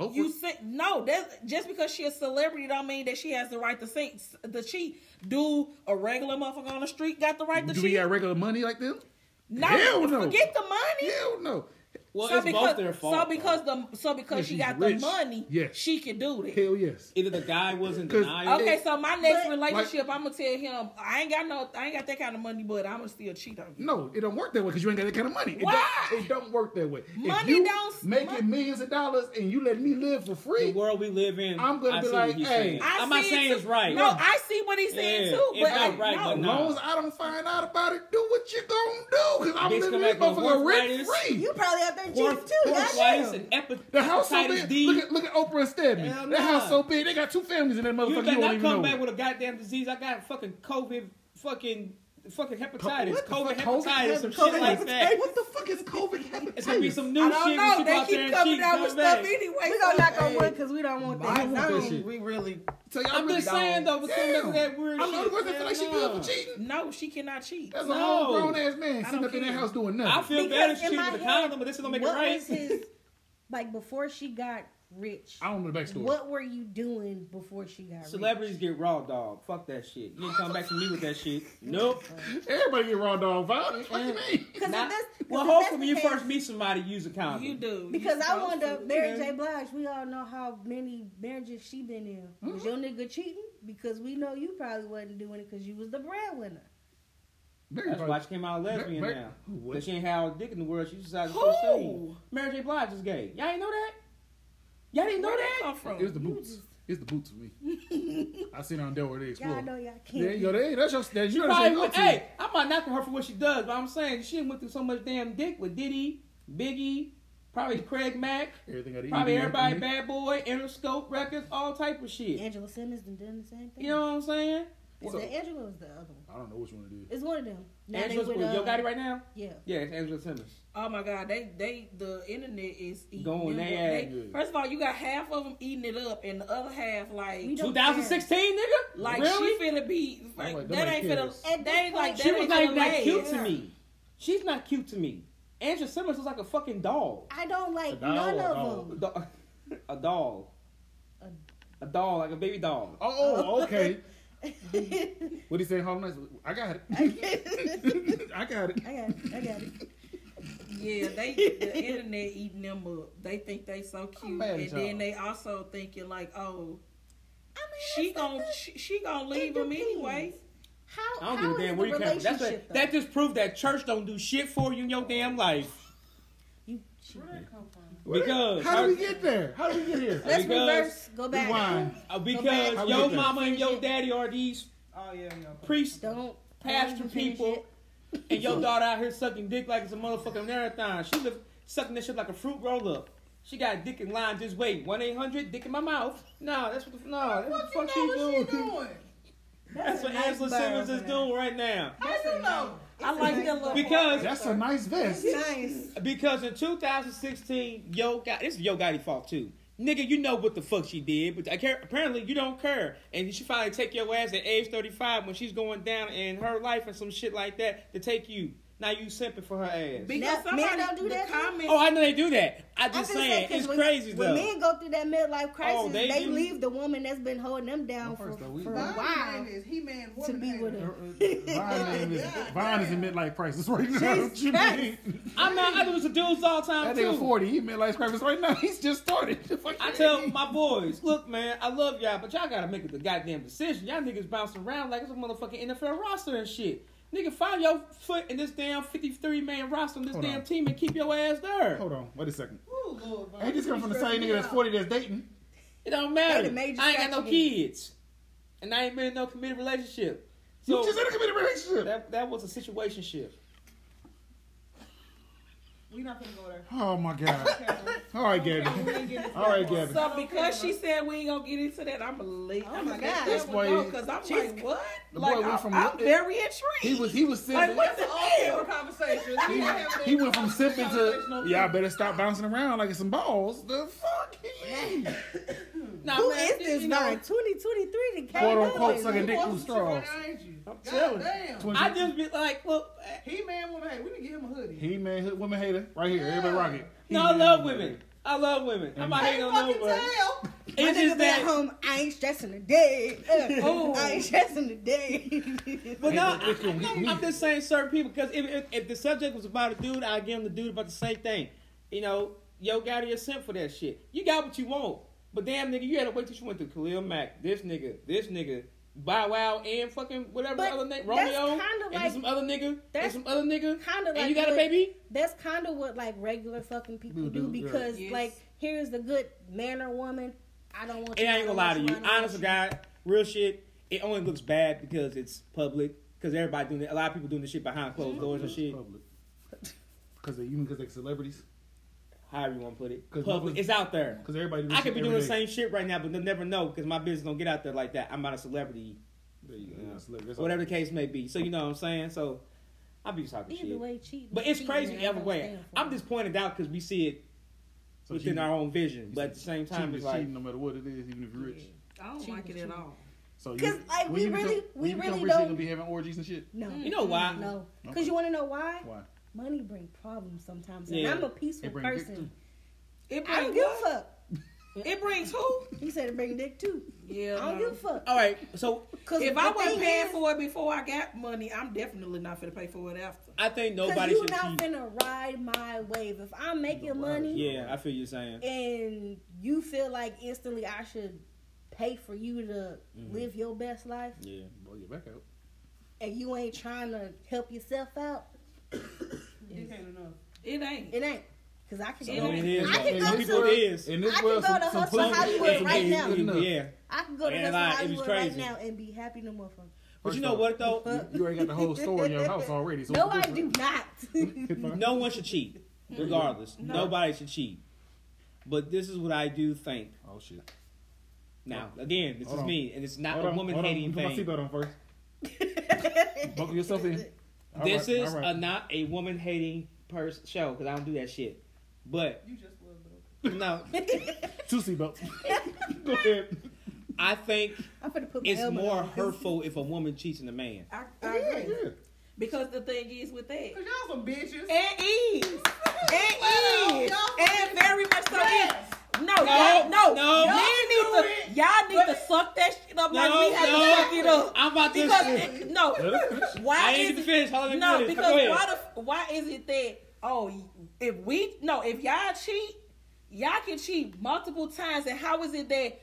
B: Oprah-
D: you sing. No, that's just because she a celebrity don't mean that she has the right to sing. The cheat. Do a regular motherfucker on the street got the right to
B: Do we
D: cheat?
B: got regular money like them?
D: no,
B: Hell no.
D: forget the money.
B: Hell no.
A: well,
D: so
A: it's
D: because
A: both their fault.
D: so because the so because
B: Yeah,
D: she
B: she's
D: got
B: rich.
D: the money,
B: Yes.
D: she can do that.
B: Hell yes.
A: either the guy was in
B: 'Cause-
A: denial.
D: Okay, so my next
E: But-
D: relationship, I'm gonna tell him I ain't got no, I ain't got that kind of money, but I'm gonna still cheat on you.
B: No, it don't work that way because you ain't got that kind of money. It
D: Why?
B: Don't, it don't work that way. if
D: Money
B: you
D: don't-
B: making
D: mon-
B: millions of dollars and you let me live for free.
A: The world we live in.
B: I'm gonna
A: I
B: be
A: see what
B: like,
A: he's
B: hey.
A: saying.
D: I
A: I'm not
D: see it
A: saying
D: too.
A: it's right.
D: No, I see what he's saying
A: Yeah,
D: too,
A: it's
D: but
A: not
D: like,
A: right,
D: no.
A: but
B: As
A: no.
B: long as I don't find out about it, do what you gonna do. Cause I'm
A: Bitch,
B: living
A: come
B: this
A: back on
B: motherfucker
A: work
B: rent
A: Fridays.
B: free.
E: You probably out that
A: Por-
E: cheese too.
A: Porcitis
E: That's
A: and epi-
B: The house so
A: hepatitis
B: big.
A: D.
B: Look at, look at Oprah and Stedman.
A: Hell
B: That
A: nah.
B: house so big. They got two families in that motherfucker.
A: You
B: You,
A: think
B: don't
A: I
B: even
A: come
B: know.
A: back with a goddamn disease? I got fucking COVID, fucking fucking hepatitis,
B: What the
A: COVID
B: fuck? COVID
A: hepatitis, some
B: hepatitis?
A: shit like that.
B: What the fuck is COVID happening?
A: It's gonna be some new
D: I
A: shit
D: don't
A: when
D: know.
A: she
D: They
A: go out there
D: keep
A: and she
D: coming out
A: come
D: with
A: back.
D: stuff anyway.
E: we gonna
D: so-
E: knock on
D: Hey,
E: wood because we don't want
B: I
E: that.
B: want
D: I
B: that
D: don't-
B: shit.
D: We really
B: So y'all
A: I'm
B: really
A: just saying though,
B: don't-
A: because look at that weird
B: I know the
A: shit.
B: person
A: man,
B: feel like she
A: no.
B: feel for cheating.
D: no. She cannot cheat.
B: That's a
A: No.
B: whole grown ass man
D: I
B: sitting
D: don't
B: up in that
D: care.
B: house doing nothing.
A: I feel
E: Because
A: better
E: in
A: she
E: my
A: with the
E: head,
A: condom, but this is gonna make it
E: what
A: right.
E: was his like before she got rich?
B: I don't know the backstory.
E: What were you doing before she got rich?
A: Celebrities get raw dog. Fuck that shit. You ain't come back to me with that shit. Nope.
B: Everybody get raw dog violence. What you mean?
E: Because
A: Not-
E: that's
A: well,
E: if that's
A: hopefully when
E: the
A: you
E: case-
A: first meet somebody, use a condom.
D: You do
E: Because
D: You
E: I wonder,
D: supposed to.
E: Mary J. Blige, we all know how many marriages she been in.
A: Mm-hmm.
E: Was your nigga cheating? Because we know you probably wasn't doing it because you was the breadwinner.
A: That's why
B: Everybody-
A: she came out lesbian
B: Mar-
A: now.
B: Who what?
A: Because she ain't had all the dick in the world. She decided to
D: Who?
A: pursue. Mary J. Blige is gay. Y'all ain't know that? Y'all didn't know
D: Where that
A: that?
D: come from?
B: It's the boots. It's the boots for me.
A: (laughs)
B: I seen her on Delaware they explore.
E: Y'all know y'all can't.
B: Yeah, yo, they, that's your that's your
A: Probably
B: go
A: went,
B: to.
A: hey, I'm not knocking her for what she does, but I'm saying she done went through so much damn dick with Diddy, Biggie, probably Craig Mack,
B: Everything I
A: probably everybody, Bad Boy, Interscope Records, all type of shit.
E: Angela Simmons done done the same thing.
A: You know what I'm saying?
E: Is it Angela or is the other one?
B: I don't know which one it is.
E: It's one of them. Now they
A: Angela's with
E: uh,
A: Yo Gotti right now?
E: Yeah.
A: Yeah, it's Angela Simmons.
D: Oh my God, they they the internet is eating
A: Going
D: them up.
A: their
D: They-
B: ass.
D: First of all, you got half of them eating it up, and the other half
E: We
D: like
E: don't
A: 2016, nigga?
D: like
A: really?
D: she finna be
B: Nobody-
D: like,
B: nobody
D: that ain't
B: cares.
D: finna.
E: At
D: They
E: this
D: ain't like
E: point,
D: that
A: She was
D: ain't
A: not
D: finna
A: even that
D: last.
A: cute to
E: Yeah.
A: me. She's not cute to me. Angela Simmons was like a fucking doll.
E: I don't like
B: doll
E: none
B: or
E: of
A: A
E: them.
A: doll. (laughs) A doll. A doll, like a baby doll.
B: Oh, oh, okay.
E: I
B: What he say? Harlem Nights? I got (laughs) it. I
E: got
B: got it.
D: (laughs)
E: it. (laughs) I got it.
D: Yeah, they the internet eating them up. They think they so cute,
B: mad at
D: and then
B: y'all.
D: they also thinking like, oh,
E: I mean,
D: she
E: it's not
D: gon'
E: that-
D: she, she gonna
E: it
D: leave them
E: depends.
D: anyway.
E: How,
A: I don't
E: how
A: give a
E: is
A: damn
E: the
A: where you came from. That's
E: relationship
A: what,
E: though?
A: that just proved that church don't do shit for you in your damn life.
E: You-
C: Where'd that come from?
A: Because
B: How did we get there? How did we get here?
E: Let's
A: Because-
E: reverse. Go back.
B: Rewind.
A: uh,
E: back.
A: because
B: How
A: your
B: we get
A: mama and your daddy are these
C: Oh yeah, yeah.
A: priests,
E: Don't
A: pastor
E: don't finish
A: people,
E: it.
A: and your daughter out here sucking dick like it's a motherfucking marathon. She live sucking that shit like a fruit roll up. She got a dick in line just waiting. One eight hundred dick in my mouth. No, that's what the no, that's what the fuck she doing. (laughs) That's what
E: a nice
A: Angela
E: burn
A: Simmons is
E: for that.
A: doing right now.
C: How you know?
D: I like that little
A: Because
B: That's a nice vest.
E: Nice.
A: Because in 2016, Yo got this is Yo Gotti fault too. Nigga, you know what the fuck she did, but I care, apparently you don't care. And she finally take your ass at age 35 when she's going down in her life and some shit like that to take you. Now you simping for her ass.
D: because
E: Now, men
D: somebody
E: don't do
D: the
E: that too?
D: comments.
A: oh, I know they do that. I
E: I
A: just
E: can say,
A: saying,
E: 'cause
A: it's
E: when,
A: crazy
E: When
A: though.
E: men go through that midlife crisis,
A: Oh, they
E: they,
A: do.
E: leave the woman that's been holding them down
B: Well,
E: for,
B: first though, we-
E: for a
B: Vine
E: while.
C: is he man,
E: to
C: woman
E: be with
B: Uh,
E: her.
B: uh, Vine is, Vine is in midlife crisis right now. What (laughs) you mean?
A: I'm not. I do this to dudes all the time
B: That
A: too.
B: nigga 40, he midlife crisis right now. (laughs) He's just started. Fuck
A: I
B: you
A: tell
B: mean?
A: my boys, look, man, I love y'all, but y'all gotta make the goddamn decision. Y'all niggas bouncing around like it's a motherfucking NFL roster and shit. Nigga, find your foot in this damn 53 man roster on this
B: Hold
A: damn
B: on.
A: team and keep your ass there.
B: Hold on, wait a second.
C: Ooh, Lord, bro.
B: Ain't this coming from the same nigga that's 40 that's dating?
A: It don't
E: They
A: matter.
E: the
A: I
E: major
A: ain't got no
E: factor.
A: kids. And I ain't been in no committed relationship. So
B: you just in a committed relationship.
A: that, that was a situationship.
C: We not gonna go there.
B: oh my god.
C: Okay,
B: All right, Gabby.
C: we ain't getting
B: (laughs)
C: this
B: All right,
C: far.
B: Gabby.
D: So because she said we ain't gonna get into that, I'm gonna leave.
E: Oh
D: I'm
E: my
D: gonna
E: God.
D: let
B: This
D: that
B: boy-
D: one go because I'm like, what?
B: the boy
D: like,
B: went
D: I,
B: from-
D: I'm very intrigued.
B: He was he was
D: like,
B: sipping.
D: what the
C: Different
D: hell?
C: conversation. We
B: he,
C: not having
B: he
C: that
B: went from sipping to
C: conversation.
B: yeah. I better stop bouncing around like it's some balls. The fuck, he mean?
A: Nah,
E: Who
A: man,
E: is this
A: you know,
E: guy? 2023 that
B: quote
E: came
B: unquote
E: up.
B: sucking dick through
C: Who wants to sit right
B: straws.
C: behind you?
A: I'm
C: God
A: telling you.
C: damn.
A: I just be like, look,
C: He man, woman. Hey, we need to get him a hoodie.
B: he man, hood- woman hater, right here. Everybody rock it. He
A: no, I
B: man,
A: love
B: woman
A: women.
B: hater.
A: I love women. I'm not
C: Can't
A: hating on
C: fucking
A: nobody.
B: (laughs)
C: tell.
E: My
A: It's
E: nigga
A: just
E: be at
A: that.
E: home. I ain't stressing a (laughs) day. Uh,
D: Oh.
E: I ain't stressing a day. (laughs)
A: But no, I,
B: Which one hit
A: am just saying certain people because if, if if the subject was about a dude, I'd give him the dude about the same thing. You know, yo got your sent for that shit. You got what you want. But damn nigga, you had to wait till you went through Khalil Mack, this nigga, this nigga, Bow Wow, and fucking whatever
E: But
A: other nigga,
E: that's
A: Romeo,
E: kinda
A: and
E: like-
A: some other nigga, and
E: that's
A: some other nigga,
E: kinda
A: and
E: like
A: you got a
E: what-
A: baby.
E: that's kind of what like regular fucking people
B: People
E: do
B: do, yeah.
E: because
D: Yes.
E: like here's the good man or woman. I don't want.
A: And I
E: you,
A: ain't
E: don't
A: gonna lie to
E: want
A: you,
E: I don't
A: honest to
E: want
A: God, real shit. It only looks bad because it's public. Because everybody doing it,
E: Mm-hmm.
A: a lot of people doing this shit behind closed doors and shit.
B: Public. Cause they, you mean because they celebrities?
A: however you want to put it.
B: 'Cause
A: Public,
B: motherfuckers-
A: it's out there.
B: Because everybody do
A: I could be doing the
B: every day.
A: same shit right now, but they'll never know because my business don't get out there like that. I'm not a celebrity,
B: There you go.
A: Yeah.
B: That's- look, that's all.
A: whatever the case may be. So you know what I'm saying. So I'll be talking
E: Either
A: shit,
E: way, cheating.
A: but it's
E: cheating,
A: crazy
E: and I
A: either
E: don't
A: way.
E: stand for
A: I'm
E: it.
A: just pointed out because we see it
B: So
A: within
B: cheating-
A: our own vision,
B: you
A: but
B: said
A: at the same time,
B: cheating
A: it's
B: is
A: like
B: cheating no matter what it is, even if you're rich.
D: I don't
E: Cheating
D: like it
E: is
D: at
E: cheating.
D: all.
B: So you-
E: 'Cause, like,
B: when
E: we
B: you become-
E: really-
B: when
E: we
B: you become
E: really
B: rich, you
E: don't-
B: gonna be having orgies and shit.
E: No,
A: You know why?
E: Mm, No, because
B: Okay.
E: you want to know why?
B: Why?
E: Money bring problems sometimes,
A: Yeah.
E: and I'm a peaceful
B: It bring dick,
E: person.
D: It
E: I don't
D: brings
E: give
D: what?
E: a fuck.
D: It brings who?
E: He said it bring dick too.
D: Yeah.
E: I don't
D: no.
E: give a fuck.
A: all right. So
E: Cause
D: if I wasn't paying
E: for.
D: for it before I got money, I'm definitely not gonna pay for it after.
A: I think
E: Cause
A: nobody
E: you
A: should
E: not
A: cheat.
E: finna ride my wave. If I'm making money
A: yeah, I feel you saying.
E: and you feel like instantly I should pay for you to live your best life,
A: Yeah,
B: Blow your back out.
E: and you ain't trying to help yourself out,
C: Dick ain't enough.
D: It ain't.
E: it ain't. Cause I can,
D: So
E: go,
A: it is,
E: I
A: though.
E: can go
A: People
E: to
A: it is.
B: In
E: I
B: this
E: can
B: world,
E: go
B: some,
E: to
B: some
E: Hustle
B: punk-
E: Hollywood
B: it's-
E: right
B: it's
E: now.
B: good enough.
A: yeah.
E: I can go to
A: Man,
E: Hustle
A: like, it was
E: Hollywood right
A: crazy.
E: now and be happy no more.
A: But
B: First
A: you know
B: off,
A: what though?
E: Fuck.
B: You already got the whole store
E: (laughs)
B: in your house already.
A: (laughs)
B: So
E: No, I
B: what's
E: do
B: different?
E: not. (laughs)
A: no one should cheat, regardless.
D: No.
A: Nobody should cheat. But this is what I do think.
B: Oh shit!
A: Now,
D: Oh.
A: again, this
B: Hold
A: is
B: on.
A: me, and it's not
B: Hold
A: a
B: on,
A: woman
B: hold on.
A: hating
B: Put my
A: thing.
B: seatbelt on
A: (laughs)
B: first. Buckle yourself in. All
A: This
B: right,
A: is
B: all right.
A: a not a woman hating person show because I don't do that shit. But
C: You just was, but okay.
A: no,
D: (laughs)
B: two seatbelts. go ahead.
A: I think
E: I'm finna put my
A: it's
E: helmet
A: more
E: on.
A: hurtful if a woman cheats on a man.
D: I,
B: Yeah,
D: I agree.
B: yeah.
D: Because the thing is with that.
C: Cause y'all some bitches.
D: It is. It is.
C: Y'all-
D: And very much so is.
C: Yes.
D: No, y'all, no,
A: no.
D: Y'all
C: Y'all do
D: need to,
C: it.
D: y'all need to
C: But-
D: suck that shit up like
A: No,
D: we had
A: no.
D: to suck it up.
A: I'm about to.
D: Because it- no,
A: I
D: why
A: ain't
D: is
A: even
D: it?
A: finished. Hold on, let me
D: no,
A: finish.
D: because
A: Go ahead.
D: why the why is it that oh if we no if y'all cheat y'all can cheat multiple times and how is it that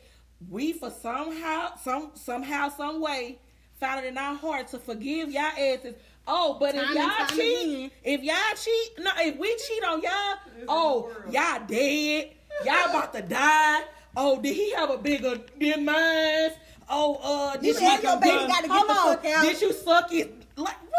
D: we for somehow some somehow some way found it in our heart to forgive y'all asses oh but if
E: Time and
D: y'all
E: time
D: cheat
E: again.
D: if y'all cheat no if we cheat on y'all
C: in the
D: oh
C: world.
D: y'all dead y'all about to die oh did he have a bigger demise oh uh
E: You
D: did
E: and
D: she-
E: your baby
D: did-
E: gotta get
D: hold
E: the
D: on,
E: fuck out.
D: did you suck it like what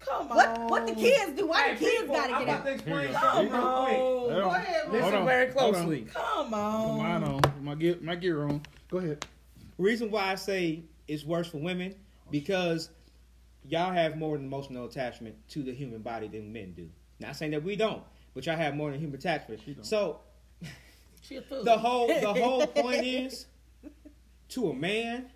D: come
E: What
D: on
A: Oh.
E: what the kids do? Why the
C: Hey,
E: kids
C: people,
E: gotta
C: I'm
E: get
C: about
E: out?
C: to explain
D: Come
C: something real quick.
D: on.
B: Hold on.
C: ahead,
B: Hold
C: Listen
B: on. Hold on.
D: Come
B: Put mine
D: on.
B: on. My gear, my gear on. Go ahead.
A: Reason why I say it's worse for women because y'all have more an emotional attachment to the human body than men do. Not saying that we don't, but y'all have more than human attachment.
B: She don't.
A: So
D: She a fool.
A: the whole the whole point is to a man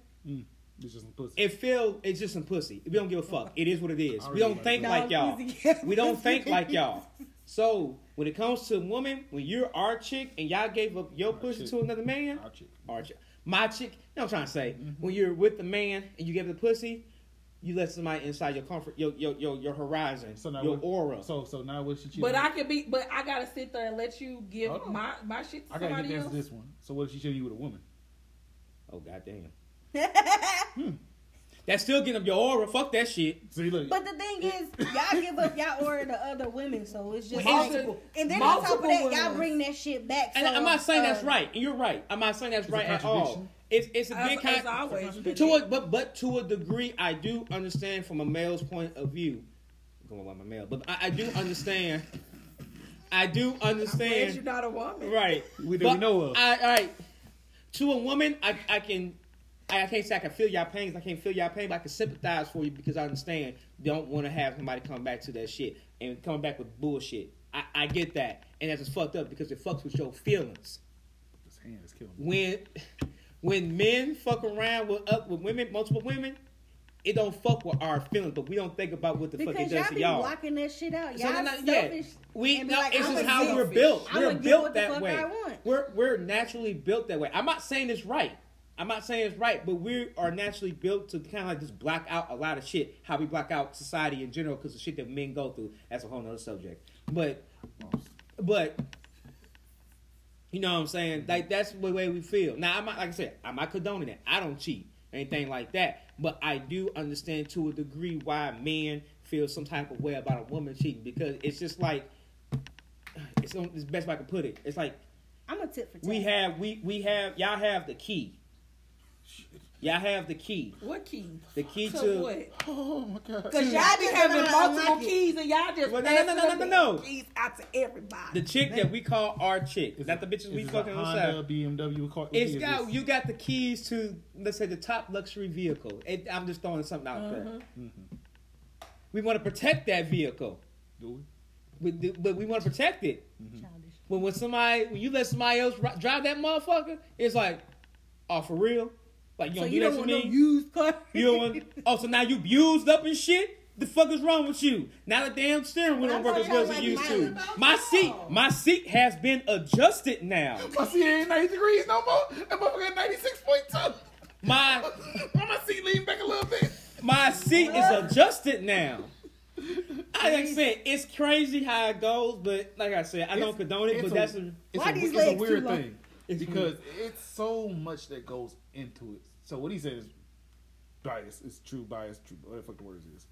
B: This is some pussy.
A: it feel it's just some pussy. We don't give a fuck. It is what it is. We
B: already
A: don't
B: like
A: think
B: that.
A: like y'all.
E: Dog pussy.
A: We don't think like y'all. So when it comes to women, when you're our chick and y'all gave up your
B: Our
A: pussy
B: chick.
A: to another man,
B: Our chick.
A: our chick, my chick. You know what I'm trying to say?
B: Mm-hmm.
A: When you're with the man and you give the pussy, you let somebody inside your comfort, your your your, your horizon,
B: So now
A: your
B: what-
A: aura.
B: So so now what should she?
D: But I can be, but I gotta sit there and let you give
B: Hold on.
D: my my shit to
B: I gotta get
D: somebody
B: down
D: else.
B: to this one. So what if she show you with a woman?
A: oh
B: (laughs)
A: goddamn. Hmm. That's still getting up your aura. Fuck that shit.
B: See look.
E: But the thing is, y'all give up y'all (laughs) order to other women, so it's just
D: Well,
E: like,
D: it's a-
E: and then on top of
D: multiple
E: that, y'all
D: women.
E: bring that shit back.
A: And
E: so,
A: I'm not saying
E: uh,
A: that's right. And you're right. I'm not saying that's
B: It's a
A: right at all.
B: contradiction.
A: It's it's a big
D: As,
A: con-
D: as always,
A: to a, but but to a degree, I do understand from a male's point of view. I'm going by my male, but I, I do understand. I do
D: Glad
A: understand.
D: you're not a woman.
A: Right.
B: We
A: But
B: don't know of.
A: I, all right. To a woman, I, I can, I, I can't say I can feel your pains. I can't feel your pain, but I can sympathize for you because I understand you don't want to have somebody come back to that shit and come back with bullshit. I, I get that, and that's just fucked up because it fucks with your feelings
B: This hand is killing
A: (laughs)
B: me.
A: when when men fuck around with up with women, multiple women, it don't fuck with our feelings, but we don't think about what the fuck it
E: because
A: does
E: y'all
A: to
E: be
A: y'all.
E: blocking that shit out.
A: So
E: Y'all
A: they're
E: selfish.
A: not- yeah. We
E: and be
A: no,
E: like,
A: it's
E: "I'ma
A: just how
E: get-
A: we're built.
E: I'ma
A: We're
E: get
A: built
E: what the
A: that
E: fuck
A: way.
E: I want.
A: We're we're naturally built that way. I'm not saying it's right. I'm not saying it's right, but we are naturally built to kind of like just block out a lot of shit. How we block out society in general because the shit that men go through. That's a whole nother subject. But but you know what I'm saying? Like that's the way we feel. Now I'm not like I said, I'm not condoning it. I don't cheat or anything like that. But I do understand to a degree why men feel some type of way about a woman cheating because it's just like it's the it's the best way I can put it. It's like
E: I'm a tit for tat.
A: we have we we have y'all have the key. Y'all have the key.
D: What key?
A: The key
D: To,
A: to,
D: what?
B: Oh my god.
D: Cause y'all
E: I
D: just
E: think
D: having
E: I'm gonna
D: multiple
E: unlock it.
D: keys and y'all just
A: Well, no, no,
D: passing
A: no, no,
D: them
A: no, no.
D: keys out to everybody.
A: the chick that we call our chick.
B: Is
A: not
B: it-
A: the bitches we
B: is it a
A: fucking on the
B: Honda,
A: side.
B: BMW car. what
A: It's
B: is
A: got
B: this?
A: you got the keys to let's say the top luxury vehicle. It, I'm just throwing something out
E: Uh-huh.
A: there. Mm-hmm. We want to protect that vehicle,
B: Do
A: we,
B: we?
A: do- but we want to protect it.
B: Mm-hmm.
E: Childish.
A: When when somebody when you let somebody else ri- drive that motherfucker, it's like, oh for real, like you
E: So
A: don't
E: you
A: do
E: don't
A: that
E: want
A: to
E: no
A: me.
E: used car.
A: You don't
E: (laughs)
A: want. Oh, so now you abused up and shit. The fuck is wrong with you? Now the damn steering wheel
E: Well,
A: don't
E: I
A: work
E: thought
A: as
E: y'all
A: well as it
E: like
A: used
E: mine.
A: to. My seat, my seat has been adjusted now.
B: My seat ain't 90 degrees no more. That motherfucker at (laughs) 96.2.
A: My
B: Why my seat lean back a little bit?
A: my seat is adjusted now. I like I said, it's crazy how it goes, but like I said, I don't
B: It's-
A: condone it.
B: it's
A: But
B: a-
A: that's a,
B: It's
E: Why
B: a,
E: these
B: it's a
E: legs
B: weird
E: too long?
B: thing. because it's so much that goes into it. So what he said is bias. It's true bias. True, what the fuck the words is.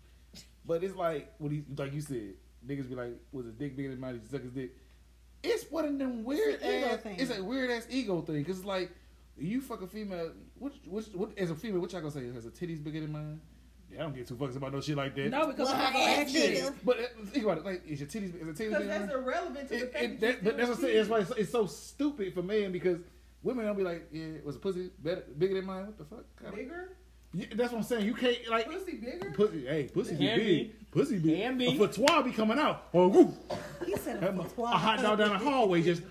B: But it's like what he like you said. Niggas be like, was his dick bigger than mine? Did you suck his dick? It's one of them weird
E: It's an ego
B: ass.
E: thing.
B: It's a weird ass ego thing. Because it's like you fuck a female. What, what, what? As a female, what y'all gonna say? Has a titties bigger than mine? Yeah, I don't get two fucks about no shit like that.
D: no, because
E: Well,
D: we're not gonna
E: ass
D: ask you that.
E: nigga.
B: But uh, think about it. Like, is your titties? Is your titties
C: Because
B: bigger? than
C: that's
B: mine?
C: irrelevant to the
B: It,
C: fact
B: it,
C: that,
B: that, but that's what I'm saying.
C: you
B: That's why it's, it's so stupid for men because women don't be like, yeah, was pussy better, bigger than mine? What the fuck? Kinda-
C: Bigger?
B: Yeah, that's what I'm saying. You can't like
C: Pussy bigger?
B: pussy. Hey, pussy be
A: Can
B: big.
A: be.
B: Pussy big.
A: Can be.
B: A fatwa be coming out. Oh, woo.
E: He said
B: That
E: a
B: mo-
E: fuck.
B: A hot dog down the hallway just.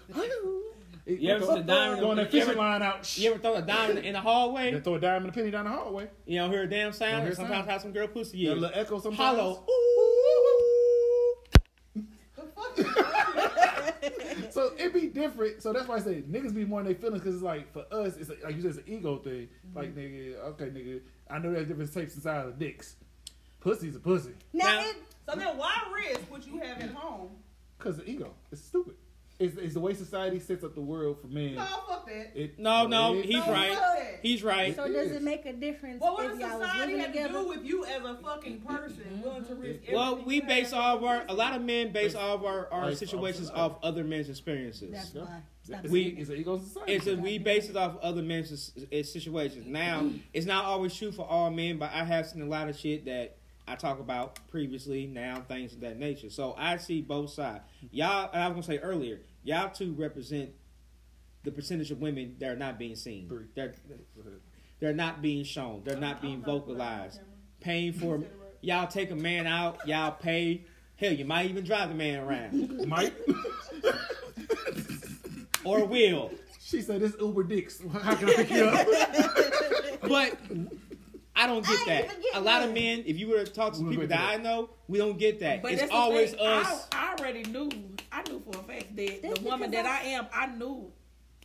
B: It-
A: You ever
B: throw-
A: seen a dime in the-
B: Going that
A: you
B: fishing
A: ever-
B: line out.
A: you ever throw a dime in the, in the hallway?
B: They throw a dime and a penny down the hallway.
A: You don't hear a damn sound.
B: Don't hear
A: And
B: a
A: sometimes
B: sound.
A: how some girl pussy
B: Yeah. A
A: is
B: little echo sometimes.
A: hollow.
C: The fuck is that?
B: So it be different. So that's why I say niggas be more in their feelings because it's like for us, it's like you said, it's an ego thing.
A: Mm-hmm.
B: Like nigga, okay, nigga, I know there's different types and sizes of dicks. Pussy's a pussy
E: Now,
A: Now-
E: it,
C: So then why risk what you have at home?
B: because the ego. It's stupid. It's, it's the way society sets up the world for men.
C: No, fuck that.
B: It-
A: No, no,
B: it-
A: he's
C: No, fuck
A: right.
C: that.
A: He's right.
E: so does it make a difference
C: Well, what
E: if
C: does
E: y'all was
C: society
E: living
C: have to
E: together? Mm-hmm.
C: do with you as a fucking person willing to risk everything?
A: Well, we
C: you
A: base
C: have?
A: all of our a lot of men base all of our, our
B: Like,
A: situations
B: I'm-
A: off other men's experiences.
E: That's
B: Yeah.
E: why. Stop
B: It's,
A: We-
E: saying
B: it's an ego society.
A: It's a, we base it off other men's s- s- situations. Now, it's not always true for all men, but I have seen a lot of shit that I talk about previously, now things of that nature. So I see both sides. Y'all, and I was gonna say earlier, y'all two represent the percentage of women that are not being seen.
B: Three.
A: They're they're not being shown. They're not being vocalized. Paying for y'all take a man out. Y'all pay. Hell, you might even drive the man around (laughs)
B: Mike,
A: or will.
B: she said this Uber dicks. How can I pick
A: (laughs)
E: (laughs)
B: you up?
A: But I don't get
E: I
A: that.
E: ain't forget
A: A lot of
E: that.
A: men, if you were to talk to
B: We'll
A: people
B: get to
A: that I know, we don't get that.
D: But
A: it's
D: that's the
A: always
D: thing.
A: us.
D: I, I already knew. I knew for a fact that
E: That's
D: the woman
E: because
D: that
E: I-
D: I am, I knew.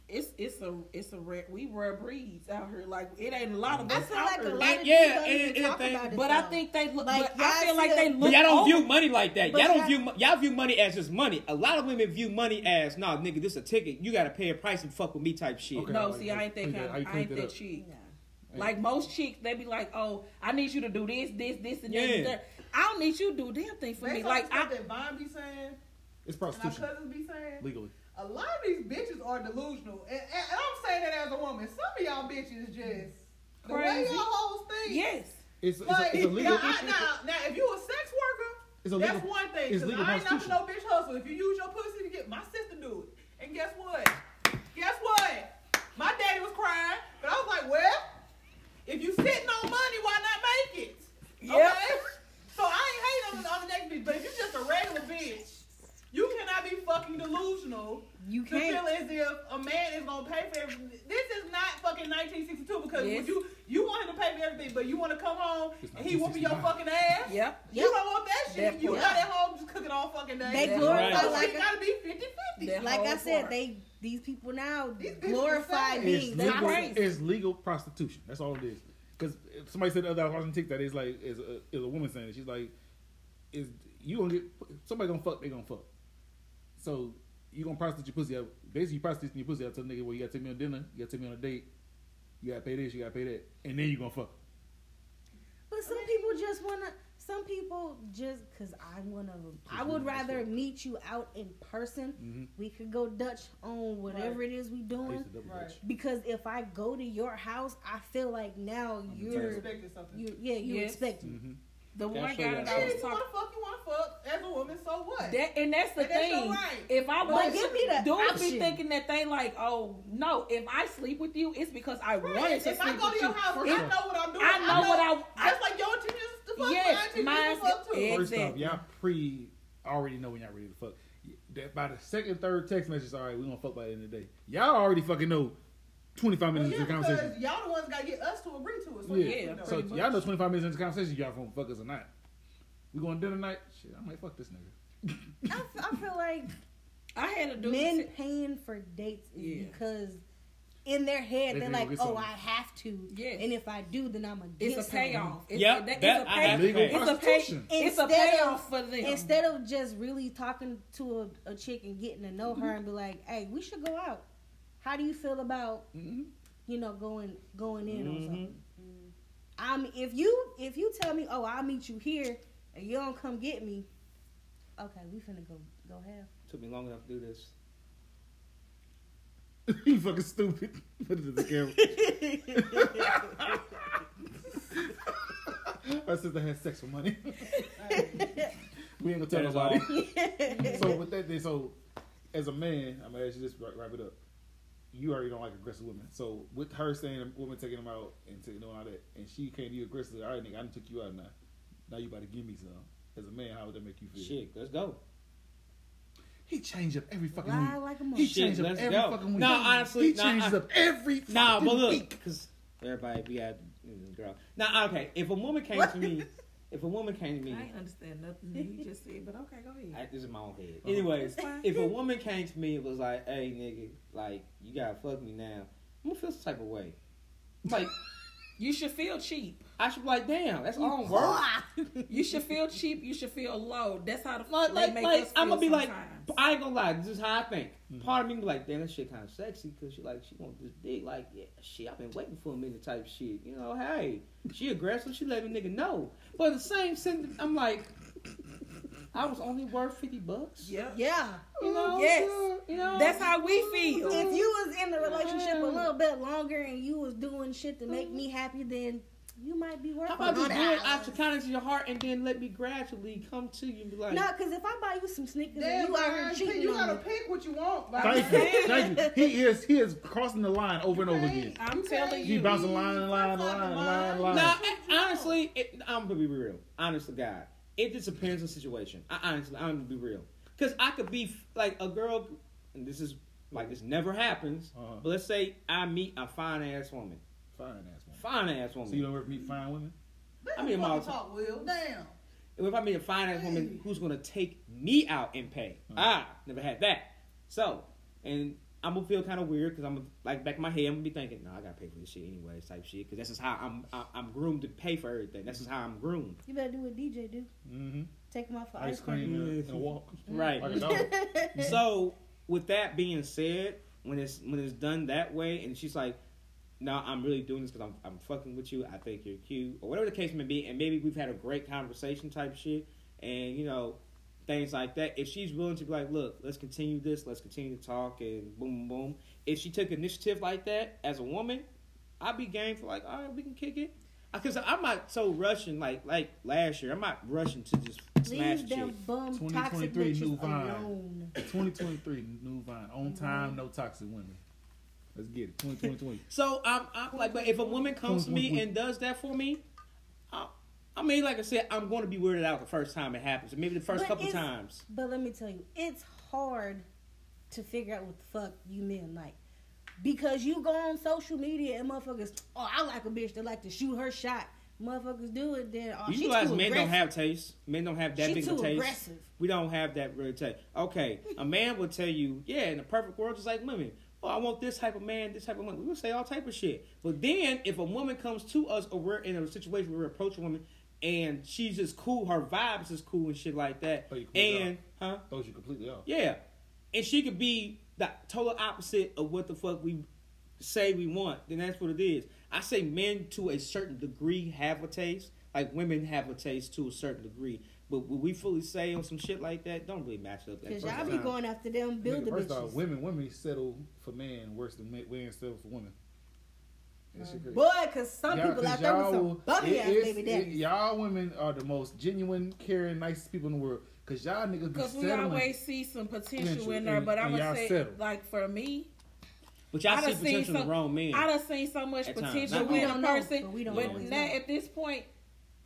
D: It's it's a it's a rare we rare breeds out here. Like it ain't a lot of
E: I
D: us
E: feel
D: out
E: like a
D: here.
E: lot of people
A: Yeah,
E: don't
A: and-
E: even
A: and
E: talk
A: thing-
E: about it,
D: but I
E: though.
D: think they look.
E: Like,
D: but I
E: y'all
D: feel like
E: feel-
D: they
E: But
D: look.
A: but y'all don't
D: over-
A: view money like that.
E: But
A: Y'all don't
E: y'all-
A: view mo- y'all view money as just money. A lot of women view money as nah, nigga, this a ticket. You gotta pay a price and fuck with me type shit.
B: Okay.
D: No,
B: Like,
D: see, I ain't that
B: clean that-
D: kind.
B: how you
D: of- I
B: clean
D: ain't
B: that
D: that
B: up?
D: chick.
E: Nah.
D: Like most chicks, they be like, "Oh, I need you to do this, this, this, and that,
A: Yeah.
D: and that. I don't need you to do damn thing for
C: Based
D: me.
C: on
D: Like
C: the
D: I,
C: stuff that Von be saying
B: It's
C: and our
B: prostitution
C: cousins be saying,
B: legally.
C: a lot of these bitches are delusional. And, and, and I'm saying that as a woman. Some of y'all bitches just the way
D: Crazy.
C: y'all hoes think.
D: yes,
B: It's, it's,
C: Like,
B: a, it's a legal
C: now, I-
B: issue.
C: now, now, if you a sex worker,
B: It's a
C: that's
B: legal-
C: one thing.
B: it's
C: Because
B: legal
C: I ain't not
B: prostitution.
C: no bitch hustle. If you use your pussy to get my sister do it. And guess what? Guess what? My daddy was crying, but I was like, well, if you sitting on money, why not make it?
D: Yep.
C: Okay? So I ain't hating on the, on the next bitch, but if you just a regular bitch, you cannot be fucking delusional
E: You
C: to feel
E: can't.
C: as if a man is gonna pay for everything. This is not fucking 1962 because when
D: Yes.
C: you you want him to pay for everything, but you want to come home
B: It's
C: and he whooping your
B: 1965.
C: fucking ass.
D: yep,
C: You
E: Yep.
C: don't want that shit.
D: That
C: you
D: part.
C: got at home just cooking all fucking day.
E: They
D: Right.
E: glorify
C: so
E: like
C: like it gotta be 50 50.
D: That
E: like I
D: whole
E: said,
D: part.
E: they these people now
C: These bitches
E: glorify
C: are
B: It's
E: being
B: legal,
E: toxic.
D: crazy.
B: it's legal prostitution. That's all it is. Because somebody said the other day, I was watching TikTok. It's like is a, is a woman saying it. She's like, "Is you gonna get somebody gonna fuck? They gonna fuck. So you gonna prostitute your pussy out? Basically, you prostituting your pussy out to a nigga. Well, you gotta take me on dinner. You gotta take me on a date. You gotta pay this. You gotta pay that. And then you gonna fuck.
E: But some people just wanna. Some people just because I wanna, I would rather meet you out in person.
B: Mhm.
E: We could go Dutch on whatever it is we
B: I
E: doing.
B: used to double
C: Right.
B: dutch.
E: Because if I go to your house, I feel like now
C: You
E: you're,
C: expected something.
E: you yeah, you
D: Yes.
E: expect me.
B: Mhm.
D: The
A: That's
D: one
A: true,
D: guy that
A: that's
D: I
C: If
D: was
C: you want
D: talking
C: to fuck, you want to fuck. As a woman, so what?
D: that, and that's the
C: And that's your
D: thing.
C: right.
D: If I
E: But
D: want,
E: give me the
D: dudes be
E: option.
D: thinking that they like, oh no, if I sleep with you, it's because I
C: Right.
D: wanted to
C: if
D: sleep
C: I go
D: with
C: to your
D: you.
C: house,
B: First
C: I
B: off-
C: know what I'm doing.
D: I know what I-
C: Just like your intentions to fuck,
D: Yes,
C: my
D: mine's-
C: intentions to fuck too.
D: yeah.
B: First off,
D: Exactly.
B: y'all pre already know when y'all ready to fuck. That- By the second, third text message, all right, we gonna fuck by the end of the day. Y'all already fucking know. Twenty five
C: Well,
B: minutes
C: yeah,
B: into the conversation.
C: because y'all the ones gotta get us to agree to it. So
B: Yeah.
D: Oh, Yeah,
C: you know.
B: so
D: pretty
B: y'all know
D: much.
B: 25 minutes into the conversation, y'all gonna fuck us or not. We going to dinner tonight? Shit, I might fuck this nigga.
E: I,
B: (laughs)
E: f- I feel like
D: I had a dude.
E: men
D: say-
E: paying for dates is
D: Yeah.
E: because in their head
B: They
E: they are
B: think
E: like,
B: it's
E: oh,
B: something.
E: I have to,
D: Yeah.
E: and if I do, then I'm gonna get
D: it's a
E: something."
D: payoff. It's
A: Yep,
D: a, that,
A: that-
D: it's a
A: I
D: pay,
A: got
B: Legal
A: Hey.
D: it's a pay,
B: prostitution.
D: it's a
E: Instead of-
D: payoff for them.
E: Instead of just really talking to a, a chick and getting to
D: Mm-hmm.
E: know her and be like, hey, we should go out. How do you feel about
D: Mm-hmm.
B: Mhm.
E: you know going going in on
B: Mm-hmm.
A: Mhm.
E: something? I'm if you if you tell me, oh, I'll meet you here, and you don't come get me. Okay, we finna go go have.
A: Took me long enough to do this.
B: you fucking stupid. (laughs) Put it in the
D: (laughs)
B: camera. My sister had sex for
D: (laughs)
B: money. we ain't gonna tell
A: That
B: nobody.
A: is
B: (laughs) so with that, then so as a man, I'm gonna ask you this. Wrap wrap it up. You already don't like aggressive women. So with her saying a woman taking them out and taking doing all that, and she can't do aggressive. All right, nigga, I done took you out now. Now you about to give me some. As a man, how would that make you feel?
A: Shit, let's go.
B: He changed up every fucking
E: Lie
B: week.
E: like a
B: He
E: motherfucker.
A: Shit,
B: changed up
A: let's
B: every
A: go.
B: fucking week.
A: Nah, honestly,
B: he
A: nah,
B: changes
A: I-
B: up every
A: Nah,
B: fucking
A: but look,
B: week.
A: because everybody be at girl. Nah, okay. If a woman came to me, if a woman came to
D: I
A: me,
D: ain't understand nothing that you just said, but okay, go ahead.
A: I, this is my own head. Anyways,
D: It's fine.
A: if a woman came to me and was like, "Hey, nigga, like you gotta fuck me now," I'm gonna feel some type of way. Like
D: You should feel cheap.
A: I should be like, "Damn, that's all work."
D: You should feel cheap. You should feel low. That's how the
A: Like,
D: fuck they
A: like,
D: make
A: like
D: us feel
A: I'm gonna be like,
D: sometimes.
A: I ain't gonna lie. This is how I think. Part of me be like, "Damn, that shit kind of sexy," because she like she want this dick. Like, yeah, shit, I've been waiting for a minute, type shit. You know, hey, she aggressive. She let a nigga know. But at the same sentence, I'm like, I was only worth fifty bucks.
D: Yep.
E: Yeah.
A: You know.
D: Yes.
A: You know.
D: That's how we feel.
E: If you was in the relationship a little bit longer and you was doing shit to make me happy, then you might be worth
A: How about just
E: it.
A: do it out the kindness of your heart and then let me gradually come to you and be like,
E: No, because if I buy you some sneakers
C: Damn,
E: and you out here
C: man,
E: cheating
C: you
E: on
C: gotta
E: me,
C: pick what you want. but (laughs)
B: Thank you, thank you. He is he is crossing the line over and over again.
D: I'm
C: Okay.
D: telling
B: He
D: you.
B: bouncing line, line, line, line, line.
A: Nah, it- honestly, it, I'm gonna be real. Honest to God, it just depends on the situation. I honestly, I'm gonna be real, because I could be f- like a girl, and this is like this never happens.
B: Uh-huh.
A: But let's say I meet a fine ass woman,
B: Fine ass woman.
A: fine ass woman.
B: So you don't ever meet fine women?
C: Let
A: I
C: me
A: mean, my-
C: fucking talk, Will. Damn.
A: if I meet a fine ass woman who's gonna take me out and pay, ah, never had that. So, and I'm gonna feel kind of weird because I'm gonna, like back in my head, I'm gonna be thinking, no, I gotta pay for this shit anyways, type shit, because that's just how I'm I- I'm groomed to pay for everything. That's just how I'm groomed.
E: you better do what DJ do.
B: Mm-hmm.
E: Take them off for
B: Ice cream and, and walk
A: Right.
B: like a dog.
A: (laughs) so with that being said, when it's when it's done that way, and she's like, "No, I'm really doing this because I'm I'm fucking with you. I think you're cute, or whatever the case may be." And maybe we've had a great conversation type shit, and you know, things like that. If she's willing to be like, "Look, let's continue this. Let's continue to talk," and boom, boom, boom. If she took initiative like that as a woman, I'd be game for like, "All right, we can kick it." Because I'm not so rushing like like last year. I'm not rushing to just smash
E: Leave
A: a chick.
E: them bum toxic
B: 2023
E: bitches
B: new vibe.
E: alone.
B: 2023 new vine on time, no toxic women. Let's get it. 2020.
A: So I'm, I'm like, but if a woman comes to
B: Mm-hmm.
A: me and does that for me, I, I mean, like I said, I'm going to be weirded out the first time it happens, maybe the first
E: But
A: couple
E: it's-
A: times.
E: But let me tell you, it's hard to figure out what the fuck you men like. Because you go on social media and motherfuckers, oh, I like a bitch that like to shoot her shot. Motherfuckers do it, then oh,
A: You
E: she
A: realize
E: too
A: men
E: aggressive.
A: don't have taste. Men don't have that
E: She
A: big of
E: too
A: a taste.
E: aggressive.
A: We don't have that real taste. Okay, a man will tell you, yeah, in the perfect world, just like women. Oh, I want this type of man, this type of woman. We will say all type of shit. But then, if a woman comes to us, or we're in a situation where we approach a woman, and she's just cool, her vibes is cool and shit like that,
B: Oh, you cool
A: and huh?
B: (laughs) Throws you completely off.
A: Yeah. And she could be the total opposite of what the fuck we say we want, then that's what it is. I say men to a certain degree have a taste. like women have a taste to a certain degree, but what we fully say on some shit like that don't really match up. That
E: Cause y'all
A: first
E: be
A: time.
E: going after them builder
B: Nigga, first off,
E: bitches.
B: women women settle for man worse than men, men settle for women. That shit crazy.
E: Boy, cause some
B: Y'all-
E: people out
B: cause
E: there with
B: y'all-
E: some bummy
B: it-
E: ass
B: it's-
E: baby
B: it-
E: daddies.
B: y'all women are the most genuine, caring, nicest people in the world. Cause y'all niggas be
D: Because we
B: settling.
D: always see some potential
B: Potential,
D: in there, but
B: and-
D: I'm
B: and
D: gonna
B: y'all
D: say,
B: settle.
D: like for me,
A: But y'all
D: I
A: see
D: done seen
A: potential in
D: some-
A: the wrong man.
D: I done seen so much
A: At times.
D: potential
A: Not
D: in
A: all.
D: a person,
E: But
D: but,
E: we don't
A: always
D: now
E: know.
D: at this point,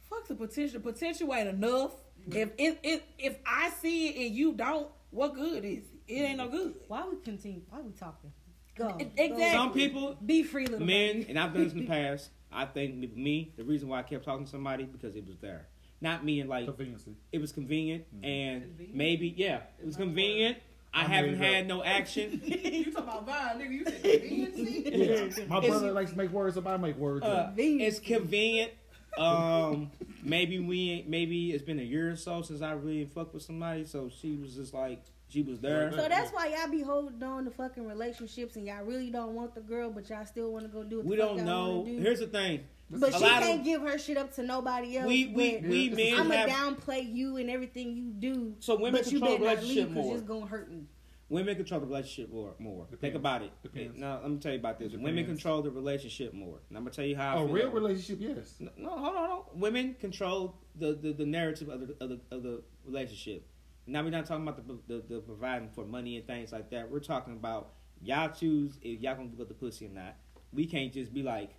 D: fuck the potential. Potential ain't enough. If it, it if I see it and you don't, what good is it? It ain't no good.
E: Why we continue? Why we talking? Go.
D: E-
E: go.
D: exactly.
A: some
D: (laughs)
A: people
E: Be free, little
A: men,
E: baby.
A: and I've done this in the past. I think with me, the reason why I kept talking to somebody because it was there, not me and like
B: conveniency.
A: it was convenient and
C: Convenient?
A: maybe yeah, it was convenient. I,
B: Mm-hmm. I
A: haven't
B: made it
A: had no action.
C: You talking about Vine, nigga? You
B: (laughs)
C: said
B: (laughs)
C: conveniency?
B: Yeah, my
A: It's-
B: brother likes to make words, so I make words.
A: Uh,
E: Convenient.
A: it's convenient. Um, maybe we ain't- maybe it's been a year or so since I really fucked with somebody, so she was just like she was there.
E: So that's why y'all be holding on to fucking relationships, and y'all really don't want the girl, but y'all still want to go do what the
A: We
E: fuck
A: don't
E: y'all
A: know.
E: wanna do.
A: Here's the thing.
E: but
A: a
E: she
A: lot of-
E: can't give her shit up to nobody else.
A: We we
E: but
A: we
B: Yeah.
A: men
E: I'ma
A: have
E: downplay you and everything you do.
A: so women
E: but
A: control
E: you better
A: the
E: not
A: relationship
E: leave
A: more.
E: because it's gonna hurt me.
A: Women control the relationship more. more. Think
B: Depends.
A: about it.
B: Depends.
A: No, let me tell you about this. Women
B: Depends.
A: control the relationship more. And I'm gonna tell you how. I
B: a
A: feel
B: real
A: about it.
B: relationship, yes.
A: No, no, hold on, hold on. Women control the, the, the narrative of the, of the of the relationship. Now we're not talking about the, the the providing for money and things like that. We're talking about y'all choose if y'all gonna go the pussy or not. We can't just be like,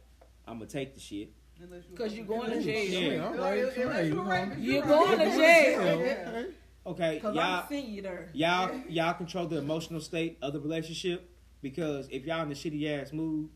A: I'm gonna take the shit.
C: Unless you-
D: 'Cause you going to
B: Ooh,
D: jail.
B: shit, all right,
C: Unless
B: all right,
C: you
B: you
C: a rapist,
B: know.
D: You
C: right.
D: going to
B: Yeah,
D: jail.
C: Yeah.
B: okay.
A: Okay,
D: Cause
A: y'all
D: I'm seeing you there.
A: y'all y'all control the emotional state of the relationship because if y'all in a shitty ass mood,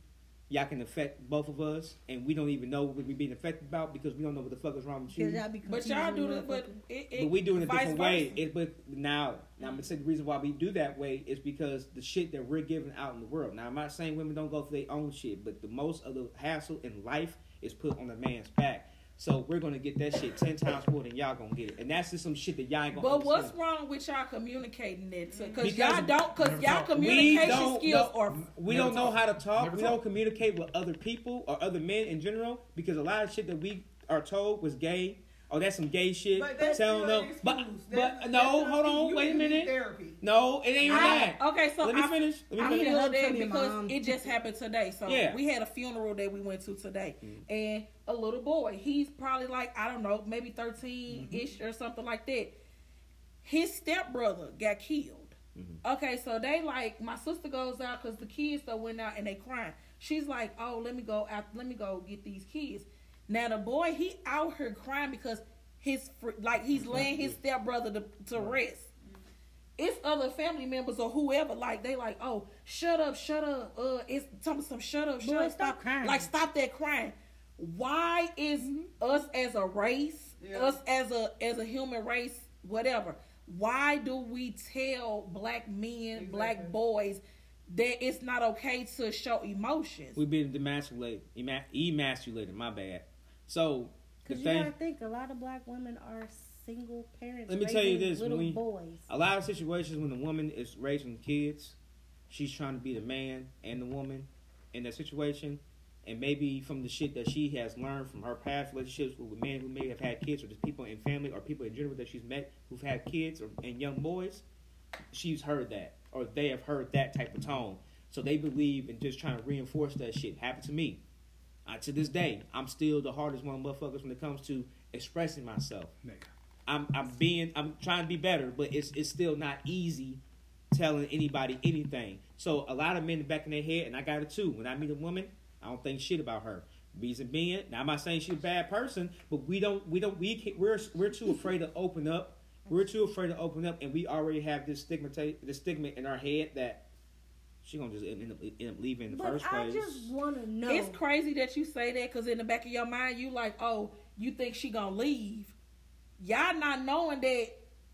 A: y'all can affect both of us, and we don't even know what we being affected about because we don't know what the fuck is wrong with you.
E: Because y'all be
D: But
E: confused
D: y'all
E: with
D: do the but
E: motherfuckers.
D: it, it
A: but we do it a
D: vice
A: different way.
D: versa.
A: It, but now, now I'm gonna say the reason why we do that way is because the shit that we're giving out in the world. Now I'm not saying women don't go for their own shit, but the most of the hassle in life is put on the man's back. So we're gonna get that shit ten times more than y'all gonna get it, and that's just some shit that y'all ain't gonna.
D: But what's
A: understand.
D: wrong with y'all communicating it? Because
A: Because
D: y'all don't, because
B: never
D: y'all
B: talk. We
D: communication
A: don't
D: skills
A: know-
D: are.
A: we
B: Never
A: don't know
B: talk.
A: how to talk.
B: Never
A: we
B: talk.
A: don't communicate with other people or other men in general because a lot of shit that we are told was gay. Oh, that's some gay shit.
C: But that's
A: Telling
C: still
A: them,
C: an excuse.
A: but
C: That's-
A: but
C: that's
A: no,
C: an
A: hold
C: excuse.
A: on,
C: You
A: wait a
C: need
A: minute.
C: Therapy.
A: No, it ain't
D: I,
A: that.
D: okay, so
A: Let me
D: I,
A: finish. Let me
D: I
A: finish.
E: feel-
D: feel
E: Hugs
D: that
E: from your
D: because
E: mom.
D: it just happened today. So
A: Yeah. Mm-hmm.
D: we had a funeral that we went to today, and a little boy, he's probably like I don't know, maybe
A: Mm-hmm.
D: thirteen ish or something like that. His stepbrother got killed.
A: Mm-hmm.
D: Okay, so they like my sister goes out because the kids though went out and they crying. She's like, oh, let me go out, let me go get these kids. Now the boy he out here crying because his fr- like he's laying his stepbrother to, to rest it's other family members or whoever like they like oh shut up shut up uh it's some some shut up shut
E: Boy,
D: up
E: stop crying. Mm-hmm.
D: like stop that crying why is us as a race
C: Yeah.
D: us as a as a human race whatever why do we tell black men black
C: Exactly.
D: boys that it's not okay to show emotions
A: We've been demasculated, ema- emasculated. My bad. So the
E: Because you
A: thing,
E: gotta think a lot of black women are single parents.
A: Let me tell you
E: raising
A: this,
E: little
A: when-
E: boys.
A: a lot of situations when the woman is raising kids, she's trying to be the man and the woman in that situation, and maybe from the shit that she has learned from her past relationships with men who may have had kids, or just people in family, or people in general that she's met who've had kids or and young boys, she's heard that, or they have heard that type of tone. So they believe in just trying to reinforce that shit. Happened to me. Uh, to this day, I'm still the hardest one motherfuckers when it comes to expressing myself.
B: Nigga.
A: I'm I'm being I'm trying to be better, but it's it's still not easy telling anybody anything. So a lot of men back in their head, and I got it too. When I meet a woman, I don't think shit about her. Reason being, now I'm not saying she's a bad person, but we don't we don't we can't, we're we're too afraid to open up. We're too afraid to open up, and we already have this stigma this stigma in our head that she gonna just end up, end up leaving in the
E: but
A: first
E: I
A: place.
E: just wanna know.
D: It's crazy that you say that because in the back of your mind, you like, oh, you think she gonna leave? Y'all not knowing that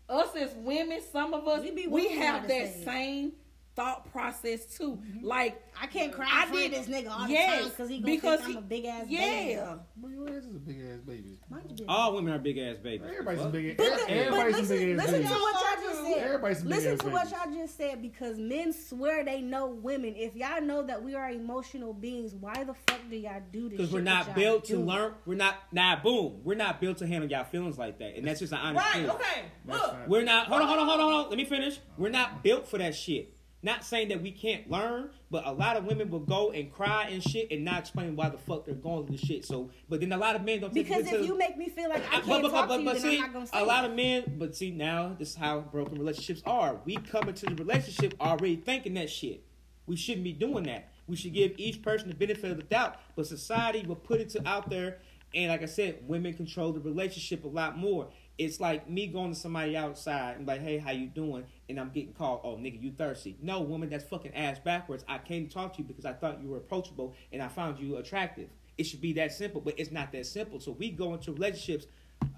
D: us as women, some of us,
E: We
D: we,
E: be wanting y'all
D: have
E: to
D: that
E: say it.
D: same thought process too. Like
E: Mm-hmm. I can't cry
D: I
E: in front of
D: did-
E: this nigga all
D: yes,
E: the time because he gonna
D: because
E: think
D: he-
E: I'm a big ass baby.
D: yeah.
B: But your ass is a big ass baby.
E: Mind your business.
A: All women are big ass babies.
B: Everybody's a
A: What?
B: big
E: But,
B: ass.
E: the- but
B: Everybody's a
E: listen,
B: big ass
E: listen
B: baby.
E: to what y'all just said.
B: Everybody's a big
E: listen
B: ass
E: to what
B: baby.
E: y'all just said because men swear they know women. If y'all know that we are emotional beings, why the fuck do y'all do this?
A: Because we're
E: shit that
A: not
E: y'all
A: built to
E: do?
A: learn. We're not. Nah, boom. We're not built to handle y'all feelings like that, and that's just an honest
C: Right,
A: truth.
C: okay.
B: That's
C: Look.
B: fine.
A: We're not. Hold on, hold on, hold on, hold on. Let me finish. We're not built for that shit. Not saying that we can't learn, but a lot of women will go and cry and shit and not explain why the fuck they're going through the shit. So, but then a lot of men don't take
E: Because
A: it to-
E: if you make me feel like I can't talk to you, then
A: see,
E: I'm not gonna say
A: a lot
E: it.
A: of men, but see, now this is how broken relationships are. We come into the relationship already thinking that shit. We shouldn't be doing that. We should give each person the benefit of the doubt, but society will put it to out there. And like I said, women control the relationship a lot more. It's like me going to somebody outside and like, hey, how you doing? And I'm getting called, oh nigga, you thirsty? No, woman, that's fucking ass backwards. I came to talk to you because I thought you were approachable and I found you attractive. It should be that simple, but it's not that simple. So we go into relationships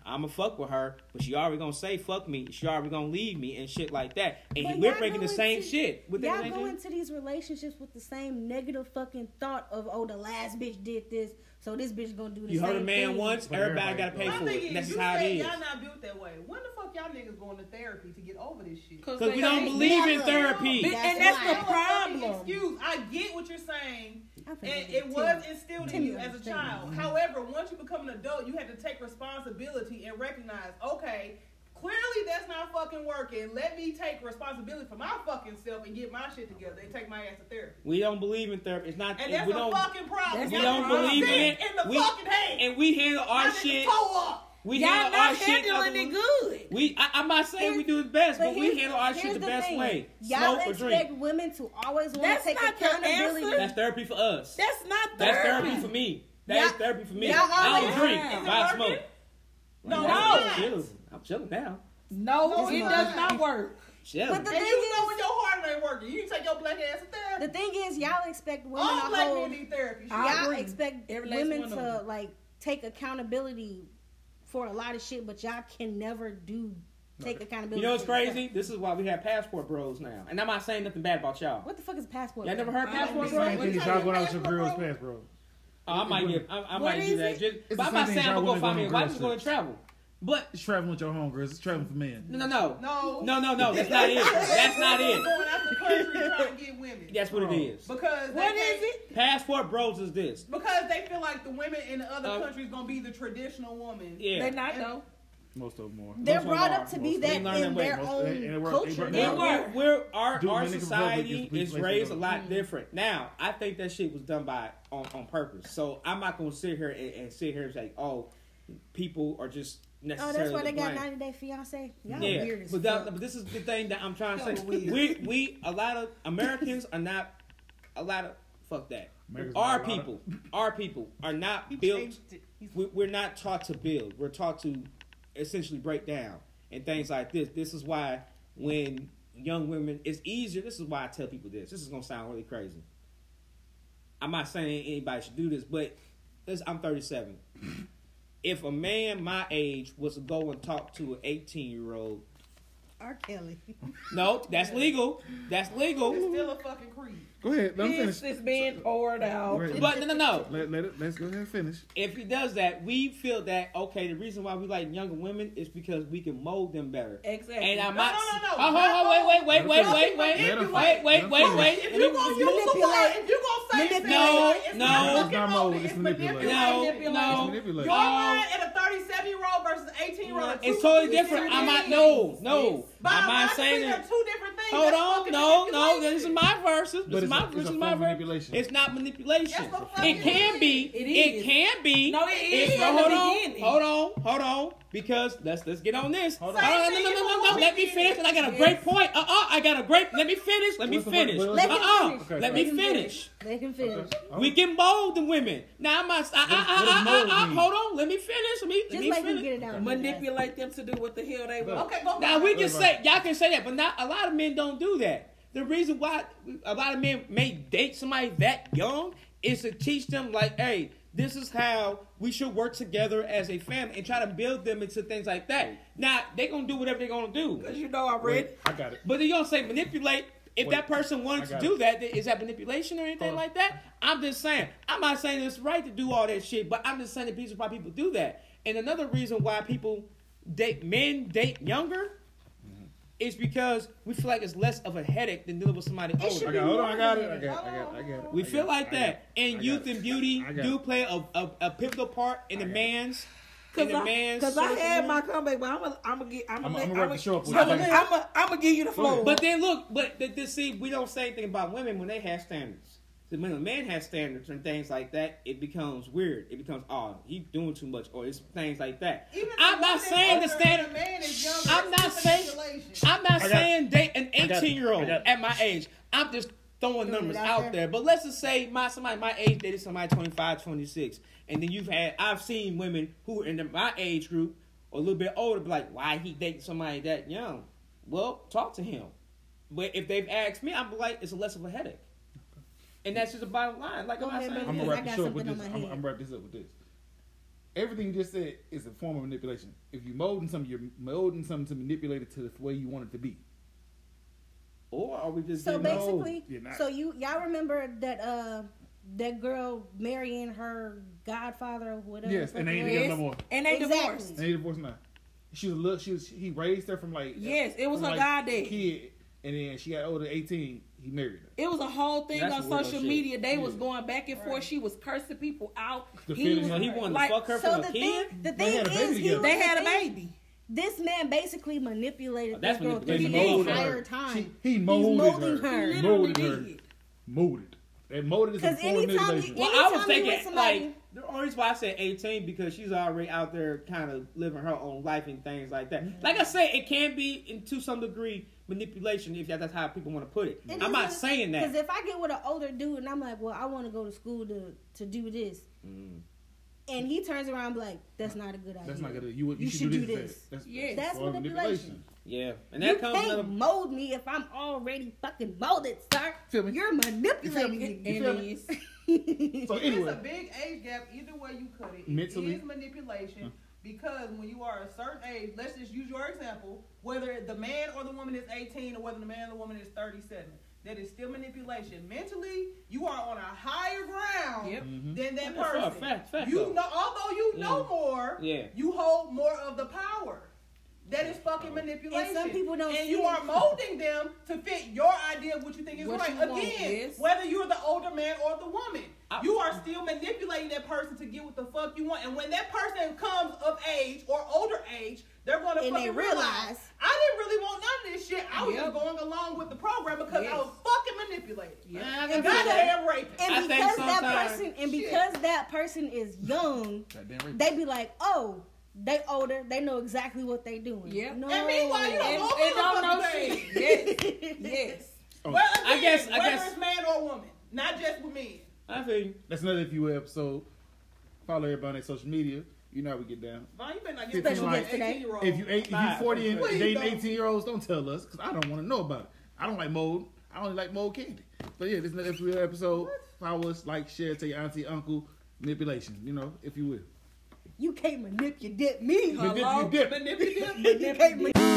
A: I'ma fuck with her, but she already gonna say fuck me. She already gonna leave me and shit like that. And
E: But
A: we're
E: y'all
A: thinking the
E: go
A: same
E: into-
A: shit. With
E: y'all
A: that
E: go into these relationships with the same negative fucking thought of oh the last bitch did this, so this bitch gonna do the
A: you
E: same
A: heard a man
E: thing.
A: once,
B: But
A: everybody gotta
B: everybody
A: pay
C: My
A: for
C: thing
A: it.
C: is,
A: And that's
C: you
A: just how it
C: said
A: is.
C: y'all not built that way. When the fuck y'all niggas going to therapy to get over this shit?
A: Because we
D: they-
A: don't believe in
D: Be-
A: therapy.
E: That's
D: and that's
E: why.
D: the
C: Motherfucking
D: problem.
C: Excuse. I get what you're saying.
E: I think
C: And
E: I
C: it
E: do,
C: was
E: too.
C: instilled in
E: Timmy
C: you as a
E: understand.
C: child.
D: Mm-hmm.
C: However, once you become an adult, you have to take responsibility and recognize, okay, clearly that's not fucking working. Let me take responsibility for my fucking self and get my shit together and take my ass to therapy.
A: We don't believe in therapy. It's not
C: And
A: it-
C: that's
A: we
C: a
A: don't
C: fucking problem.
D: That's
A: we
D: a
A: don't
D: problem.
A: believe in it.
C: In the
A: we,
C: fucking head.
A: And we handle our
C: Not in the
A: shit.
C: toe up.
A: We
D: Y'all
A: handle
D: not
A: our shit. other-
D: handling it good.
A: We I, I'm not saying
E: Here's-
A: we do the best, but, we
E: here's-
A: handle our
E: here's
A: shit the, best
E: thing.
A: way.
E: Y'all
A: Smoke or
E: expect
A: drink.
E: women to always want to
D: That's
E: take
D: not the
E: accountability.
D: answer.
A: That's therapy for us.
D: That's not
A: That's
D: therapy.
A: therapy for me. That is
E: Y'all-
A: therapy for me.
E: y'all
A: I
E: always-
A: don't drink.
D: Is it
A: but I
C: working?
A: smoke.
C: No,
A: I'm
C: it's not.
A: chilling. I'm chilling now.
D: No,
C: No,
D: it
C: it's
D: does
C: not.
D: not work.
A: Chilling.
E: But the-
C: And you know when your heart ain't working. You take your black ass to
E: The
C: therapy.
E: thing is, y'all expect women
C: All
E: to
C: black
E: hold.
C: men need therapy.
D: I
E: y'all
D: agree.
E: expect
D: Every last
E: women
D: one of
E: to
D: them.
E: like take accountability for a lot of shit, but y'all can never do take accountability.
A: You know what's
E: for yourself.
A: crazy? This is why we have passport bros now. And I'm not saying nothing bad about y'all.
E: What the fuck is passport?
A: Y'all never heard
D: I
A: passport
D: understand.
A: bros?
B: Same thing as y'all going out with your girl's pants, bro.
A: Oh, I might get. I, I might
D: What
A: do
D: is
A: that.
D: it?
A: Just,
B: It's
A: but
B: the
A: I'm not saying
B: same thing
A: I'm
B: y'all
A: gonna
B: women
A: find
B: do
A: me a
B: on
A: wife
B: girl
A: who's gonna
B: trips.
A: travel. But
B: It's traveling with your homegirls. It's traveling for men.
A: no, no, no,
C: No.
A: no, no, no. That's not it. That's not it.
C: Going out the country trying to
A: (laughs)
C: get women.
A: That's what it is.
C: Because they
D: What
C: think-
D: is it?
A: Passport bros is this.
C: Because they feel like the women in the other
A: Um,
C: countries gonna be the traditional woman.
A: Yeah.
D: They're not though.
B: Most of them are.
A: Most
E: They're
A: of them
E: brought up
A: are.
E: to be
A: Most of them
E: that
A: learn that
E: in
A: way.
E: their
B: Most-
E: own
B: and- and it work- it
E: culture.
B: work-
A: We're,
B: it
E: now.
B: work.
A: we're, we're- our
B: Dude,
A: our
B: Dominican
A: society
B: Republic is-
A: is
B: like,
A: raised a
B: you know.
A: lot different. Now, I think that shit was done by on, on purpose. So I'm not gonna sit here and, and sit here and say, oh, people are just
E: Oh,
A: necessarily.
E: that's why they
A: to
E: got
A: blame.
E: 90 Day Fiance. Y'all
A: yeah,
E: weird as
A: but,
E: fuck.
A: that, but this is the thing that I'm trying to
C: Y'all
A: say.
C: weird.
A: We we a lot of Americans are not a lot of fuck that.
B: Americans
A: our
B: are a lot of-
A: people, our people are not built.
C: changed it. He's-
A: We, we're not taught to build. We're taught to essentially break down and things like this. This is why when young women, it's easier. This is why I tell people this. This is gonna sound really crazy. I'm not saying anybody should do this, but this, I'm
C: (laughs)
A: 37. If a man my age was to go and talk to an 18 year old,
E: R. Kelly. (laughs)
A: no, that's legal. That's
C: It's
A: legal.
C: still a fucking creed.
B: Go ahead. Let him
D: This
B: finish.
D: is being poured out.
B: Wait.
A: But no, no, no.
B: Let, let it, let's go ahead and finish.
A: if he does that, we feel that okay. The reason why we like younger women is because we can mold them better.
D: Exactly.
A: And I
C: No,
A: might.
C: no, no, no.
A: Oh, oh, oh, wait, wait, wait, wait, wait, wait,
B: Let him
A: wait,
B: finish.
A: wait, wait,
B: Let him
A: wait.
C: If you gonna use the word,
E: Manipulate.
C: if you gonna say it's
E: Manipulate.
A: No,
C: manipulation, it's
A: no.
C: not
A: It's
C: fucking
B: not
C: molding,
B: mold,
C: it's
B: it's manipulation.
A: No,
C: manipulation.
A: no,
B: Manipulate.
C: Your
A: no.
C: line at a 37 year old versus an 18 year old. are two
A: It's totally
C: completely
A: different. I'm not.
C: things.
A: No, no.
C: But
A: I'm
C: I'm
A: not
C: not
A: saying
C: they're
A: that.
C: two different things.
A: Hold
C: That's
A: on,
C: fucking
A: no, no. This is
C: manipulation.
A: my verses.
B: But
A: This is
B: it's
A: my
B: a- it's
A: this
B: a
A: is my
B: form of
A: verse.
B: manipulation.
A: It's not manipulation.
C: That's what
A: It
C: fucking
A: can be.
D: It
A: It
D: is.
A: can be.
D: No, it is
A: It's-
D: in the
A: hold on,
D: beginning.
A: hold on, hold on. Because let's let's get on this. Hold
C: on.
A: on. No, no, no, no, no, no. Let me finish. And I got a great point. Uh, uh I got a great. Let me finish. Let me
B: What's the word?
A: finish. Uh,
B: Let
E: him
A: uh.
E: finish.
A: Let
B: Okay.
A: me finish.
E: They can
B: Oh,
E: finish.
A: We can mold the women. Now I'm not. uh, I,
B: what does
A: I, I,
B: mold
A: I, I,
B: mean?
A: uh, hold on. Let me finish. Let me. let
E: Just
A: me
E: make
A: finish.
E: them get it down.
D: Manipulate them to do what the hell they want.
C: Okay, go
A: Now
C: ahead.
A: we can
B: Right,
A: say
B: right.
A: y'all can say that, but not a lot of men don't do that. The reason why a lot of men may date somebody that young is to teach them like, hey, this is how we should work together as a family and try to build them into things like that. Now they gonna do whatever they're gonna do,
D: Cause you know I read.
B: I got it.
A: but then you don't say manipulate. if that person wanted
B: I
A: to
B: got
A: do
B: it.
A: that, then is that manipulation or anything
B: Hold on.
A: like that? I'm just saying. I'm not saying it's right to do all that shit, but I'm just saying the reason why people do that. And another reason why people date men date younger
B: Mm-hmm.
A: is because we feel like it's less of a headache than dealing with somebody
E: should
B: I
A: older.
B: got, hold on, I got it. I got, it, I got, it, I got it.
A: We
B: I
A: feel
B: got it,
A: like
B: I got
A: that,
B: it, I
A: and
B: got
A: youth
B: it.
A: and beauty
B: I got
A: do
B: it.
A: play a, a, a pivotal part in a
B: I got it.
A: man's in
D: Cause
A: a
D: I,
A: man's.
D: cause I
A: social
D: had
A: world.
D: my comeback, but I'm gonna, I'm gonna get, I'm
B: I'ma-
D: gonna, I'm
B: I'ma wrap the show up with
D: I'm
B: you.
D: gonna, I'm gonna give you the floor.
A: But then look, but th- this see, we don't say anything about women when they have standards. So when a man has standards and things like that, it becomes weird. It becomes oh, he's doing too much, or it's things like that.
C: Even if
A: I'm
C: a
A: not
C: woman
A: saying the
C: is older
A: standard.
C: and a man is younger,
A: I'm
C: it's
A: not
C: still
A: saying.
C: manipulation.
A: I'm not
B: got-
A: saying date an
B: I got-
A: 18 year old
B: I got-
A: at my age. I'm just throwing numbers
E: out
A: out
E: there.
A: there. But let's just say my somebody my age dated somebody 25, 26, and then you've had I've seen women who are in the- my age group or a little bit older, be like, why he dating somebody that young? Well, talk to him. But if they've asked me, I'm like, it's less of a headache. And that's just the bottom line. Like
E: Go
A: I'm not
E: ahead,
A: saying.
E: baby.
B: I'm
E: Because
B: gonna
E: I
B: wrap
E: got
B: this up with
E: something
B: this.
E: on my
B: I'm,
E: head.
B: I'm wrap this up with this. Everything you just said is a form of manipulation. If you molding something, you're molding something to manipulate it to the way you want it to be.
A: Or are we just
E: So
A: getting old?
E: basically,
B: you're not.
E: so you y'all remember that uh that girl marrying her godfather or whatever.
B: Yes, and they ain't
E: fucking
B: together
E: is?
B: no more.
D: and they
E: Exactly.
D: divorced.
B: And he divorced now. She was a little. She was. He raised her from like.
D: Yes, it was
B: from
D: her
B: like
D: goddaddy.
B: Kid, and then she got older, eighteen. He married her.
D: It was a whole thing
A: That's
D: on
A: weirdo
D: social
A: shit.
D: media. They was
B: Yeah.
D: going back and forth. She was cursing people out.
B: The
D: He
B: feeling
D: was,
A: so he wanted
D: like,
A: to fuck her
E: So
A: from
E: the
A: a kid.
E: thing, the
B: They
E: thing
B: had a baby
E: is, he
B: together.
E: was-
D: They had a baby.
E: This man basically manipulated
A: Oh, that's
E: this girl through
A: manipulation.
E: the
A: He molded
E: entire
B: her.
E: time.
B: She- he molded
E: He's molding
B: her.
E: her.
D: Literally
B: molded her.
D: did.
B: Molded. That molded is a
E: Because
B: form of
E: anytime
B: manipulation.
E: you,
A: Well, I
E: anytime
A: was
E: you with
A: thinking
E: somebody,
A: like the only reason why I said eighteen because she's already out there kind of living her own life and things like that.
E: Mm-hmm.
A: Like I said, it can be in, to some degree manipulation if that's how people want to put it. I'm not saying
E: Because
A: that.
E: if I get with an older dude and I'm like, well, I want to go to school to to do this, and he turns around and be like, that's not a good idea.
B: Mm. That's not gonna. You, you,
E: You
B: should,
E: should do
B: do this.
E: this.
B: instead. That's,
D: Yes.
E: That's
B: form of
E: manipulation.
A: Yeah, and
E: You
A: that comes
E: can't
A: another.
E: mold me if I'm already fucking molded, sir.
B: Feel me?
E: You're
B: You feel
E: manipulating
D: And
B: me? feel me?
D: it's-
E: me.
B: So
C: It's
B: anyway,
C: a big age gap. Either way you cut it,
B: Mentally.
C: it is manipulation. Because when you are a certain age, let's just use your example. Whether the man or the woman is 18, or whether the man or the woman is 37, that is still manipulation. Mentally, you are on a higher ground
D: Yep.
C: than that
A: That's a
C: person.
A: Mm-hmm. fact, fact
C: you
A: though.
C: know, although you know
A: Yeah.
C: more,
A: Yeah.
C: you hold more of the power. That is fucking
A: Oh.
C: manipulation.
E: And some people don't
C: And
E: see
C: you
E: it.
C: are molding them to fit your idea of what you think is
D: What
C: right.
D: you want,
C: Again,
D: yes.
C: whether you're the older man or the woman,
A: I-
C: you are still manipulating that person to get what the fuck you want. And when that person comes of age or older age, they're going to
E: And
C: fucking
E: they realize.
C: I didn't really want none of this shit. I was
D: Yep.
C: just going along with the program because
D: Yes.
C: I was fucking manipulated.
D: Yep.
C: And goddamn raped.
A: I
E: And
A: think
E: because that
A: sometimes-
E: person and
C: Shit.
E: because that person is young,
B: goddamn right.
E: they be like, oh, they older, they know exactly what they doing.
D: Yep.
E: No.
C: And meanwhile, you
D: And,
C: don't
D: and don't know
C: motherfucking
D: shit.
C: thing.
D: Yes, yes.
B: Oh,
C: Well, again,
A: I guess- I
C: whether
A: guess-
C: it's man or woman, not just with men.
A: I feel you.
B: that's another if you will episode. Follow everybody on social media. You know how we get down.
C: Vaughn, you better not
B: Special
C: get some
E: guest today.
C: 18 year old.
B: If you eight, if you
A: Five.
B: forty and
C: Please
B: dating
C: don't.
B: eighteen year olds, don't tell us because I don't want to know about it. I don't like mold. I only like mold candy. But yeah, this is another if you will episode. Follow us, like, share, tell your auntie, uncle, manipulation. You know, if you will.
E: (laughs) You can't manipulate me.
B: You dip,
D: Hello?
B: you dip.
C: Manipulative.
E: You can't manipulate.